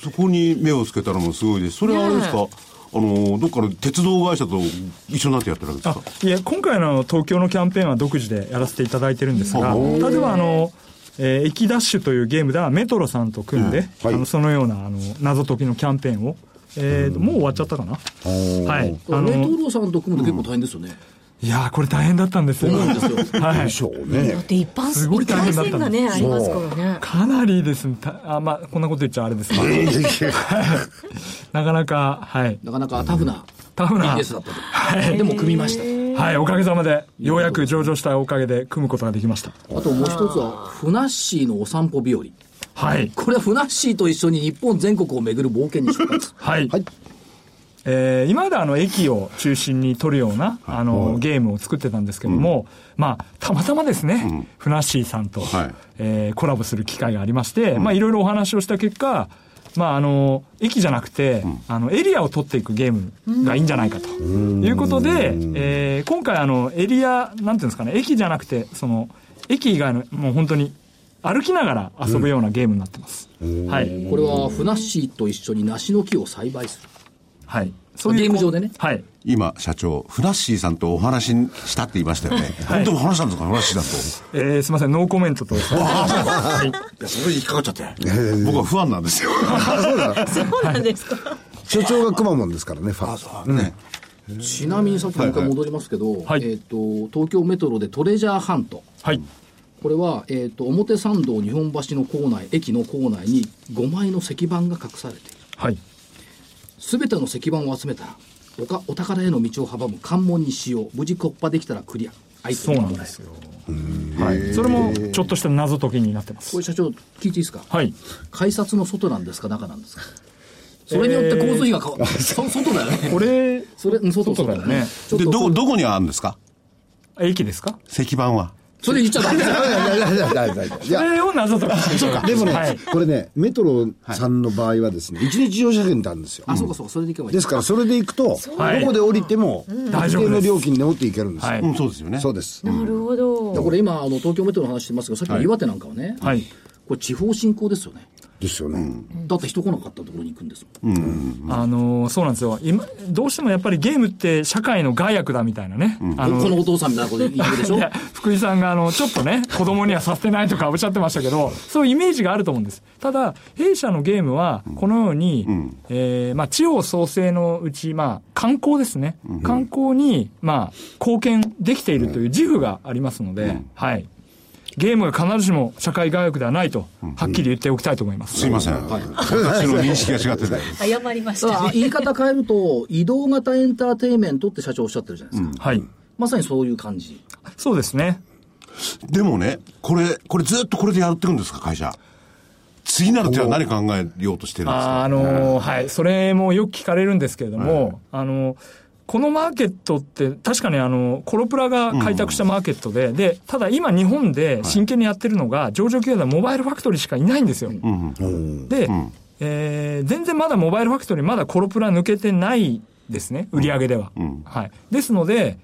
Speaker 6: そこに目をつけたのもすごいですそれはあれですか、あのどっかの鉄道会社と一緒になってやってるわけです
Speaker 9: あ
Speaker 6: か
Speaker 9: いえ今回の東京のキャンペーンは独自でやらせていただいてるんですが例えばあの、えー駅ダッシュ」というゲームではメトロさんと組んで、
Speaker 7: はい
Speaker 9: あのそのようなあの謎解きのキャンペーンを、えーともう終わっちゃったかな、はいあ
Speaker 1: メト
Speaker 9: の
Speaker 1: ロさんと組むと結構大変ですよね。
Speaker 9: いやーこれ大変だったんですよ
Speaker 1: 思うんですよ。
Speaker 9: はい
Speaker 7: でしょうね
Speaker 3: だっ。て一般、
Speaker 9: すごい
Speaker 3: 一
Speaker 9: 大
Speaker 3: 回
Speaker 9: 変だっ
Speaker 3: 戦
Speaker 9: た
Speaker 3: が
Speaker 9: んで
Speaker 3: ね、ありますからね。
Speaker 9: かなりですね。たあ、まあ、こんなこと言っちゃあれですけど。なかなか、はい。
Speaker 1: なかなかタフな
Speaker 9: タフ
Speaker 1: いい
Speaker 9: な。
Speaker 1: レースだったと。でも組みました。
Speaker 9: はい、おかげさまで、ようやく上場したおかげで組むことができました。
Speaker 1: あともう一つは、ふなっしーのお散歩日和。
Speaker 9: はい。
Speaker 1: これはふなっしーと一緒に日本全国を巡る冒険に出発。
Speaker 9: はい。えー今まであの駅を中心に撮るようなあのゲームを作ってたんですけども、まあ、たまたまですね、ふなっしーさんと、
Speaker 6: はい
Speaker 9: えーコラボする機会がありまして、まあ、いろいろお話をした結果、まあ、あの、駅じゃなくて、あの、エリアを取っていくゲームがいいんじゃないかと。いうことで、えー今回あの、エリア、なんていうんですかね、駅じゃなくて、その、駅以外の、もう本当に、歩きながら遊ぶようなゲームになってます。はい。
Speaker 1: これはふなっしーと一緒に梨の木を栽培する
Speaker 9: はい。
Speaker 1: ゲーム上でね
Speaker 9: はい。
Speaker 6: 今、社長、フラッシーさんとお話ししたって言いましたよ ね。
Speaker 9: い
Speaker 6: 本当に話したんですか、フラッシーさんと。
Speaker 9: えーすみません、ノーコメントと。はい
Speaker 6: いや、それに引っかかっちゃって。僕は不安なんですよ。
Speaker 3: そうなんですか。
Speaker 7: 所長がくまモンですからね、ファース
Speaker 6: ね。
Speaker 1: ちなみにさっきもう一回戻りますけど、
Speaker 9: はい
Speaker 1: えっ、と、東京メトロでトレジャーハント。
Speaker 9: はい。
Speaker 1: これは、えっ、と、表参道日本橋の構内、駅の構内に5枚の石板が隠されている。
Speaker 9: はい。
Speaker 1: すべての石板を集めたら、おかお宝への道を阻む関門に使用。無事突破できたらクリア。アイテ
Speaker 9: そう
Speaker 1: ム
Speaker 9: な
Speaker 1: が
Speaker 9: ん
Speaker 1: もらえ
Speaker 9: で
Speaker 1: る
Speaker 9: すよ。はい。それも、ちょっとした謎解きになってま
Speaker 1: こ
Speaker 9: す
Speaker 1: れ。社長、聞いていいですか
Speaker 9: はい。
Speaker 1: 改札の外なんですか中なんですかそれによって交通費が変わる。そ外だよね。
Speaker 9: これ、
Speaker 1: それ、うん外
Speaker 9: 外だよね
Speaker 1: ちょっ
Speaker 6: で、
Speaker 1: と
Speaker 6: どこ、どこにあるんですか
Speaker 9: 駅ですか
Speaker 6: 石板は。
Speaker 1: それ言っちゃダ メだよ。
Speaker 7: ト。い
Speaker 9: こ
Speaker 7: や、
Speaker 9: れを謎解きしてる
Speaker 7: でもね、
Speaker 9: はい。
Speaker 7: これね、メトロさんの場合はですね、一日乗車券ってあるんですよ。
Speaker 1: あ、そうかそうか、それでいけばいい。
Speaker 7: ですから、それで行くと、
Speaker 9: はい
Speaker 7: どこで降りても、
Speaker 9: 大
Speaker 7: 一
Speaker 9: 丈夫
Speaker 7: 定の
Speaker 9: です
Speaker 7: 料金で持っていけるんですよ
Speaker 9: はい
Speaker 6: うん、そうですよね。
Speaker 7: そうです。
Speaker 3: なるほ
Speaker 1: だからこ
Speaker 3: ど。
Speaker 1: れ今、あの東京メトロの話してますけど、さっきの岩手なんかはね、
Speaker 9: はい。
Speaker 1: これ、地方振興ですよね。
Speaker 7: ですよね。
Speaker 1: だって人来なかったところに行くんですもん。
Speaker 9: あのーそうなんですよ。今、どうしてもやっぱりゲームって社会の害悪だみたいなね。あの
Speaker 1: このお父さんみたいなこと言うでしょ
Speaker 9: いや、福井さんが、あの、ちょっとね、子供にはさせてないとかおっしゃってましたけど、そういうイメージがあると思うんです。ただ、弊社のゲームは、このように、えーまあ、地方創生のうち、まあ、観光ですね。観光に、まあ、貢献できているという自負がありますので、はい。ゲームが必ずしも社会外悪ではないと、はっきり言っておきたいと思います。
Speaker 6: すいません。私の認識が違ってて。
Speaker 3: 謝りまし
Speaker 1: あ
Speaker 3: た。
Speaker 1: 言い方変えると、移動型エンターテインメントって社長おっしゃってるじゃないですか。
Speaker 9: はい。
Speaker 1: まさにそういう感じ。
Speaker 9: そうですね。
Speaker 6: でもね、これ、これずっとこれでやっていくんですか、会社。次なる手は何考えようとしてるんです
Speaker 9: あー
Speaker 6: か
Speaker 9: あのーはい、それもよく聞かれるんですけれども、あのーこのマーケットって、確かにあのーコロプラが開拓したマーケットで、でただ今、日本で真剣にやってるのが、上場企業のモバイルファクトリーしかいないんですよ。で、えー全然まだモバイルファクトリー、まだコロプラ抜けてないですね、売り上げでは。はい、ですので、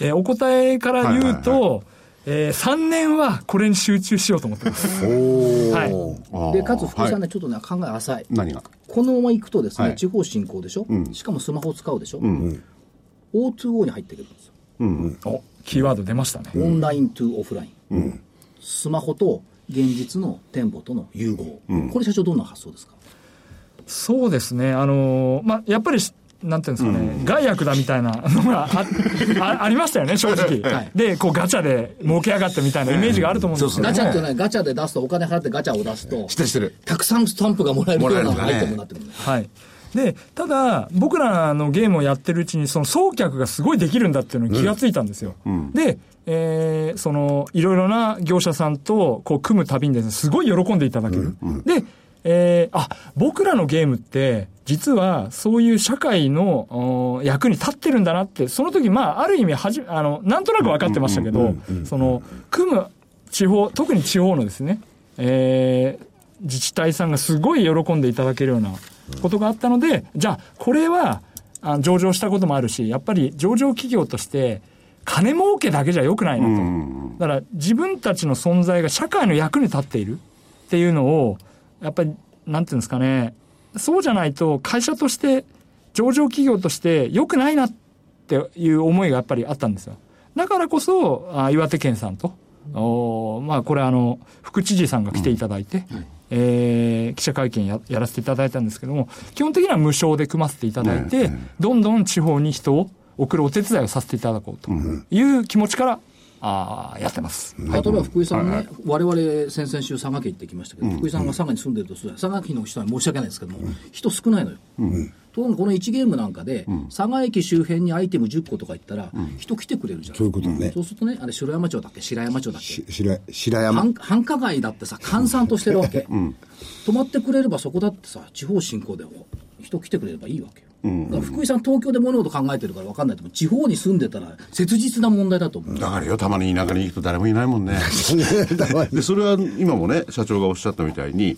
Speaker 9: えーお答えから言うと、
Speaker 6: はい
Speaker 9: え3年はこれに集中しようと思ってます。はい
Speaker 6: あー
Speaker 1: で、かつ福井さん
Speaker 6: はい
Speaker 1: ね、ちょっとね、考え浅い。
Speaker 6: 何が
Speaker 1: このまま行くとです
Speaker 6: は
Speaker 1: ね、
Speaker 6: い
Speaker 1: 地方振興でしょ
Speaker 6: ん
Speaker 1: しかもスマホを使うでしょ ?O2O に入ってくるんですよ。
Speaker 9: おキーワード出ましたね。
Speaker 1: オンライントゥオフライン。スマホと現実の店舗との融合。これ社長どんな発想ですか
Speaker 9: そうですね、あのまあ、やっぱりし、なんていうんですかね、害悪だみたいなのがああありましたよね、正 直。
Speaker 1: はい
Speaker 9: で、こうガチャで儲けやがってみたいなイメージがあると思うんですけど、
Speaker 1: ガチャってね、ガチャで出すとお金払ってガチャを出すと、
Speaker 6: してる。
Speaker 1: たくさんスタンプがもらえるよう
Speaker 6: もらえるん
Speaker 1: な
Speaker 6: だ
Speaker 1: ア
Speaker 6: ね
Speaker 1: イテムになってくるね。
Speaker 9: はい。で、ただ、僕らのゲームをやってるうちに、その送客がすごいできるんだっていうのに気がついたんですよ。で、えーその、いろいろな業者さんと、こう、組むたびにですね、すごい喜んでいただける。で、えーあ、僕らのゲームって、実は、そういう社会のおー役に立ってるんだなって、その時、まあ、ある意味はじ、あの、なんとなく分かってましたけど、その、組む地方、特に地方のですね、えー自治体さんがすごい喜んでいただけるようなことがあったので、じゃあ、これは、あ上場したこともあるし、やっぱり上場企業として、金儲けだけじゃ良くないなと。だから、自分たちの存在が社会の役に立っているっていうのを、やっぱり、なんていうんですかね、そうじゃないと、会社として、上場企業として良くないなっていう思いがやっぱりあったんですよ。だからこそ、あ岩手県さんと、おーまあこれあの、副知事さんが来ていただいて、えー記者会見ややらせていただいたんですけども、基本的には無償で組ませていただいて、どんどん地方に人を送るお手伝いをさせていただこうという気持ちから、あーやってます。
Speaker 1: 例えば福井さんね、我々先々週佐賀県行ってきましたけど、福井さんが佐賀に住んでるとする佐賀県の人は申し訳ないですけども、人少ないのよ。ところがこの1ゲームなんかで、佐賀駅周辺にアイテム10個とか行ったら、人来てくれるじゃん。
Speaker 7: そういうことね
Speaker 1: そうするとね、あれ、城山町だっけ白山町だっけ
Speaker 7: し白白山。
Speaker 1: 繁繁華街だってさ、閑散としてるわけ、泊まってくれればそこだってさ、地方振興でも人来てくれればいいわけよ。だから福井さん、東京で物事考えてるから分かんないと思う、地方に住んでたら、切実な問題だと思う、
Speaker 6: だからよ、たまに 田舎に行くと誰もいないもんね。
Speaker 7: だから
Speaker 6: で、それは今もね、社長がおっしゃったみたいに、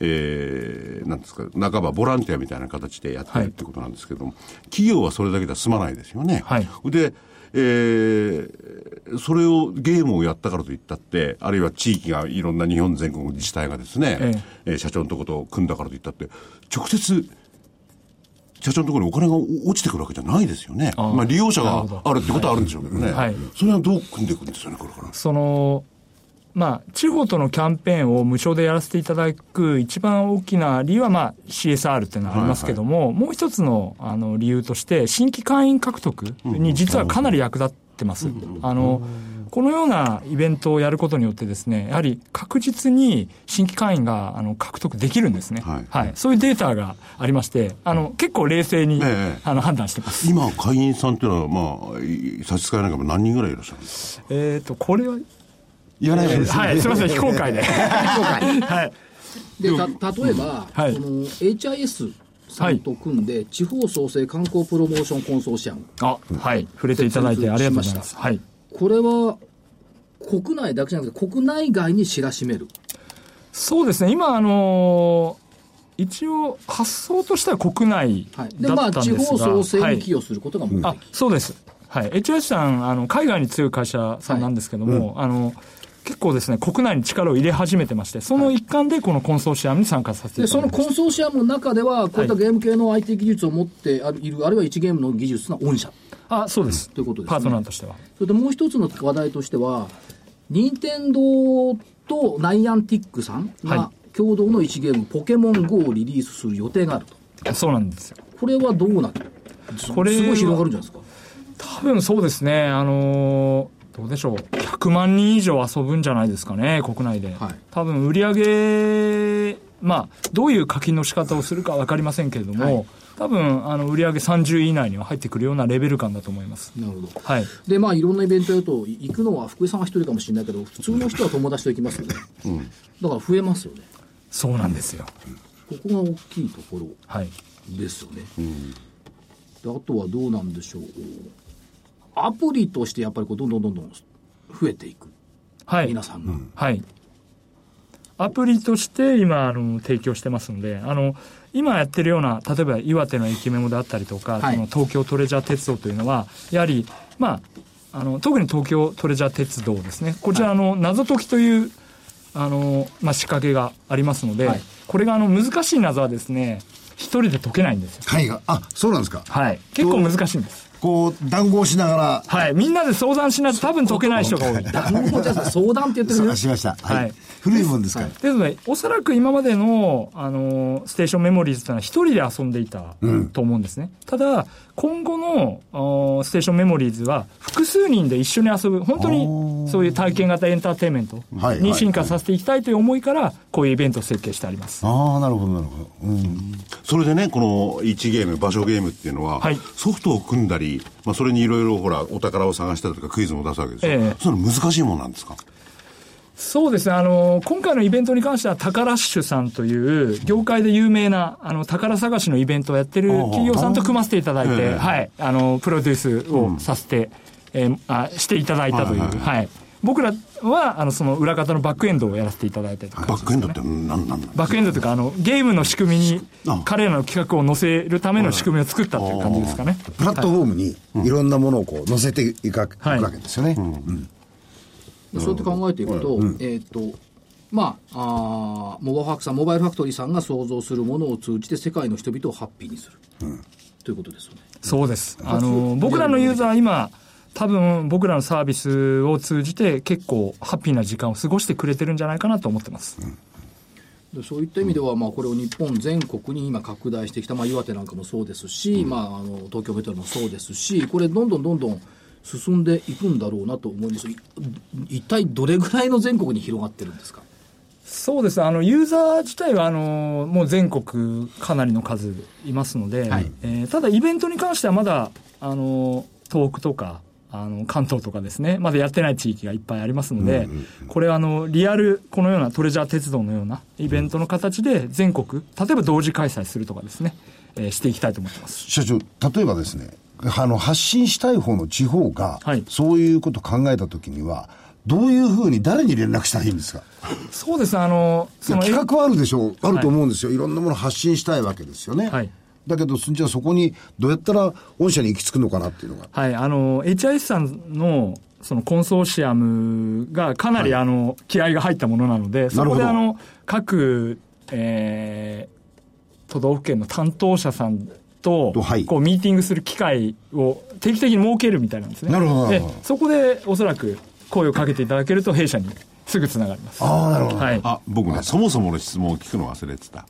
Speaker 6: えー、なんですか、半ばボランティアみたいな形でやってるってことなんですけども、企業はそれだけでは済まないですよね。
Speaker 9: はい
Speaker 6: で、えーそれを、ゲームをやったからといったって、あるいは地域がいろんな日本全国の自治体がですね、
Speaker 9: え
Speaker 6: えー社長のとこと組んだからといったって、直接、社長のところにお金が落ちてくるわけじゃないですよね。
Speaker 9: あー
Speaker 6: まあ利用者
Speaker 9: な
Speaker 6: が
Speaker 9: るほど
Speaker 6: あるってことはあるんでしょうけどね。
Speaker 9: はい
Speaker 6: それはどう組んでいくんですよね、これから。
Speaker 9: その、まあ、地方とのキャンペーンを無償でやらせていただく一番大きな理由は、まあ、CSR っていうのはありますけども、もう一つのあの理由として、新規会員獲得に実はかなり役立ってます。あのこのようなイベントをやることによってですね、やはり確実に新規会員があの獲得できるんですね、
Speaker 6: は
Speaker 9: はいいそういうデータがありまして、あの結構冷静に、
Speaker 6: ええ
Speaker 9: あの判断してます。
Speaker 6: 今、会員さんっていうのは、まあい、差し支えなければ何人ぐらいいらっしゃるんですか
Speaker 9: えっ、と、これは、
Speaker 6: 言わないです
Speaker 9: はい、すみません、非 公開で。はい。
Speaker 1: でた例えば、
Speaker 9: はい
Speaker 1: その HIS さんと組んで、地方創生観光プロモーションコンソーシアム
Speaker 9: あ、はい。触れていただいてありがとうございます。はい。
Speaker 1: これは国内だけじゃなくて国内外に知らしめる
Speaker 9: そうですね。今、あのー一応、発想としては国内だ
Speaker 1: は
Speaker 9: っ
Speaker 1: い、で
Speaker 9: た
Speaker 1: ま
Speaker 9: ん
Speaker 1: あ
Speaker 9: です
Speaker 1: 地
Speaker 9: が、
Speaker 1: 方創生
Speaker 9: は
Speaker 1: に
Speaker 9: い
Speaker 1: 寄与することが目的、
Speaker 9: あ、そうです。はい。HIS さん、あの、海外に強い会社さんなんですけども、あの、結構ですね、国内に力を入れ始めてまして、その一環でこのコンソーシアムに参加させてい
Speaker 1: で
Speaker 9: ただ
Speaker 1: そ
Speaker 9: き
Speaker 1: の
Speaker 9: ま
Speaker 1: コ
Speaker 9: し
Speaker 1: ンソーシアムの中ではこういった
Speaker 9: はい
Speaker 1: ゲーム系の IT 技術を持ってあるいるあるいは1ゲームの技術の御社
Speaker 9: た。あ、そうです。
Speaker 1: ということですね
Speaker 9: パートナーとしては。
Speaker 1: それでもう一つの話題としては任天堂とナイアンティックさんが
Speaker 9: は
Speaker 1: 共同の1ゲーム「ポケモン GO」をリリースする予定があると
Speaker 9: そうなんですよ。
Speaker 1: これはどうなる
Speaker 9: これは
Speaker 1: すごい広がるんじゃないですか
Speaker 9: 多分そうですね、あのーどうでしょう、100万人以上遊ぶんじゃないですかね、国内で。
Speaker 1: はい
Speaker 9: 多分売り上げ、まあ、どういう課金の仕方をするか分かりませんけれども、多分あの売り上げ30位以内には入ってくるようなレベル感だと思います。
Speaker 1: なるほど
Speaker 9: はい、
Speaker 1: でまあいろんなイベントやるとい行くのは福井さんは一人かもしれないけど普通の人は友達と行きますよね、だから増えますよね
Speaker 9: そうなんですよ。
Speaker 1: ここが大きいところ
Speaker 9: はい、
Speaker 1: ですよね、であとはどうなんでしょうアプリとしてやっぱりこうどんどんどんどん増えていく
Speaker 9: はい、
Speaker 1: 皆さんが、
Speaker 9: はい。アプリとして今、あの、提供してますので、あの、今やってるような、例えば岩手の駅メモであったりとか、
Speaker 1: はい
Speaker 9: その東京トレジャー鉄道というのは、やはり、まあ、あの、特に東京トレジャー鉄道ですね。こちら、あの、謎解きという、あの、まあ、仕掛けがありますので、
Speaker 1: はい
Speaker 9: これが、あの、難しい謎はですね、一人で解けないんですよ。
Speaker 7: はいが、あ、そうなんですか。
Speaker 9: はい。結構難しいんです。
Speaker 7: こう、談合しながら、
Speaker 9: はい。みんなで相談しないと多分解けない人が 多い。
Speaker 1: もうじゃあ相談って言ってる
Speaker 7: そ
Speaker 1: ね
Speaker 7: うしました。は
Speaker 9: はいい。
Speaker 7: 古いもんですから。
Speaker 9: ですので、おそらく今までの、あのステーションメモリーズというのは一人で遊んでいたと思うんですね。ただ、今後のあーステーションメモリーズは複数人で一緒に遊ぶ、本当にそういう体験型エンターテインメント
Speaker 7: はいはい
Speaker 9: に進化させていきたいという思いから、こういうイベントを設計してあります。
Speaker 7: ああ、なるほど、なるほど。うん。
Speaker 6: それでね、この1ゲーム、場所ゲームっていうのは、
Speaker 9: はい
Speaker 6: ソフトを組んだり、まあ、それにいろいろほら、お宝を探したりとかクイズも出すわけですよ。
Speaker 9: ええ
Speaker 6: その難しいもんなんですか
Speaker 9: そうですね、あの今回のイベントに関しては、タカラッシュさんという、業界で有名なあの宝探しのイベントをやってる企業さんと組ませていただい
Speaker 6: ええ
Speaker 9: て、はい、あのプロデュースをさせて、えーあしていただいたという、
Speaker 6: は
Speaker 9: はいい
Speaker 6: はい
Speaker 9: 僕らはあのその裏方のバックエンドをやらせていただいたりとか、
Speaker 6: バックエンドって何なんだ
Speaker 9: バックエンドというか、あのゲームの仕組みに
Speaker 6: あ、
Speaker 9: 彼らの企画を載せるための仕組みを作ったという感じですかね。
Speaker 7: プラットフォームにいろんなものをこう載せていかいく
Speaker 9: はい
Speaker 7: わけですよね。うん
Speaker 1: そうやって考えていくと、えっ、と、まあ、あーモバファクさん、モバイルファクトリーさんが創造するものを通じて世界の人々をハッピーにする。ということですよね。
Speaker 9: そうです。あの、僕らのユーザーは今、多分僕らのサービスを通じて結構ハッピーな時間を過ごしてくれてるんじゃないかなと思ってます。
Speaker 1: でそういった意味では、まあ、これを日本全国に今拡大してきた、まあ、岩手なんかもそうですし、まあ、あの東京メトロもそうですし、これ、どんどんどんどん進んでいくんだろうなと思います。い一体どれぐらいの全国に広がってるんですか
Speaker 9: そうです。あの、ユーザー自体は、あの、もう全国かなりの数いますので、えーただイベントに関してはまだ、あの、東北とか、あの、関東とかですね、まだやってない地域がいっぱいありますので、これはあの、リアル、このようなトレジャー鉄道のようなイベントの形で全国、例えば同時開催するとかですね、えーしていきたいと思ってます。
Speaker 7: 社長、例えばですね、あの、発信したい方の地方が
Speaker 9: はい、
Speaker 7: そういうことを考えたときには、どういうふうに誰に連絡したらいいんですか
Speaker 9: そうですね、あの、その、
Speaker 7: 企画はあるでしょう、あると思うんですよ、い、ろんなもの発信したいわけですよね。
Speaker 9: はい
Speaker 7: だけど、じゃあそこにどうやったら御社に行き着くのかなっていうのが。
Speaker 9: はい、あの、HIS さんの、そのコンソーシアムがかなり、あの、気合が入ったものなので、そこで
Speaker 7: な
Speaker 9: あ
Speaker 7: るほ
Speaker 9: の、各、えー都道府県の担当者さんと、
Speaker 7: とはい
Speaker 9: こう、ミーティングする機会を定期的に設けるみたいなんですね。
Speaker 7: なるほどなる
Speaker 9: で
Speaker 7: ほど、
Speaker 9: そこでおそらく声をかけていただけると、弊社にすぐつながります。
Speaker 7: ああ、なるほど。
Speaker 9: はい。
Speaker 6: あ僕ねそもそもの質問を聞くの忘れてた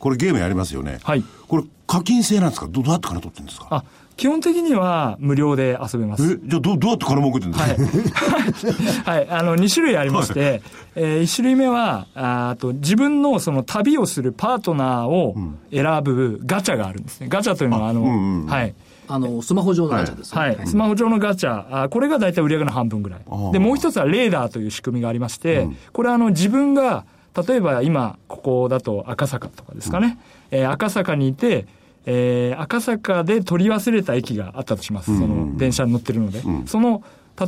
Speaker 6: これゲームやりますよね
Speaker 9: はい
Speaker 6: これ課金制なんですかどどうやって金取ってるんですか
Speaker 9: あ、基本的には無料で遊べま
Speaker 6: え
Speaker 9: す。
Speaker 6: じゃあどどうやって金儲けてるんですか、
Speaker 9: はい、あの2種類ありまして、えー1種類目はあーと自分のその旅をするパートナーを選ぶガチャがあるんですねガチャというのはあの、はい
Speaker 1: あの、スマホ上のガチャですね。
Speaker 9: はい、スマホ上のガチャあーこれが大体売り上げの半分ぐらいでもう一つはレーダーという仕組みがありまして、これはあの自分が例えば今ここだと赤坂とかですかね、えー赤坂にいてえー赤坂で取り忘れた駅があったとします、その電車に乗ってるので、その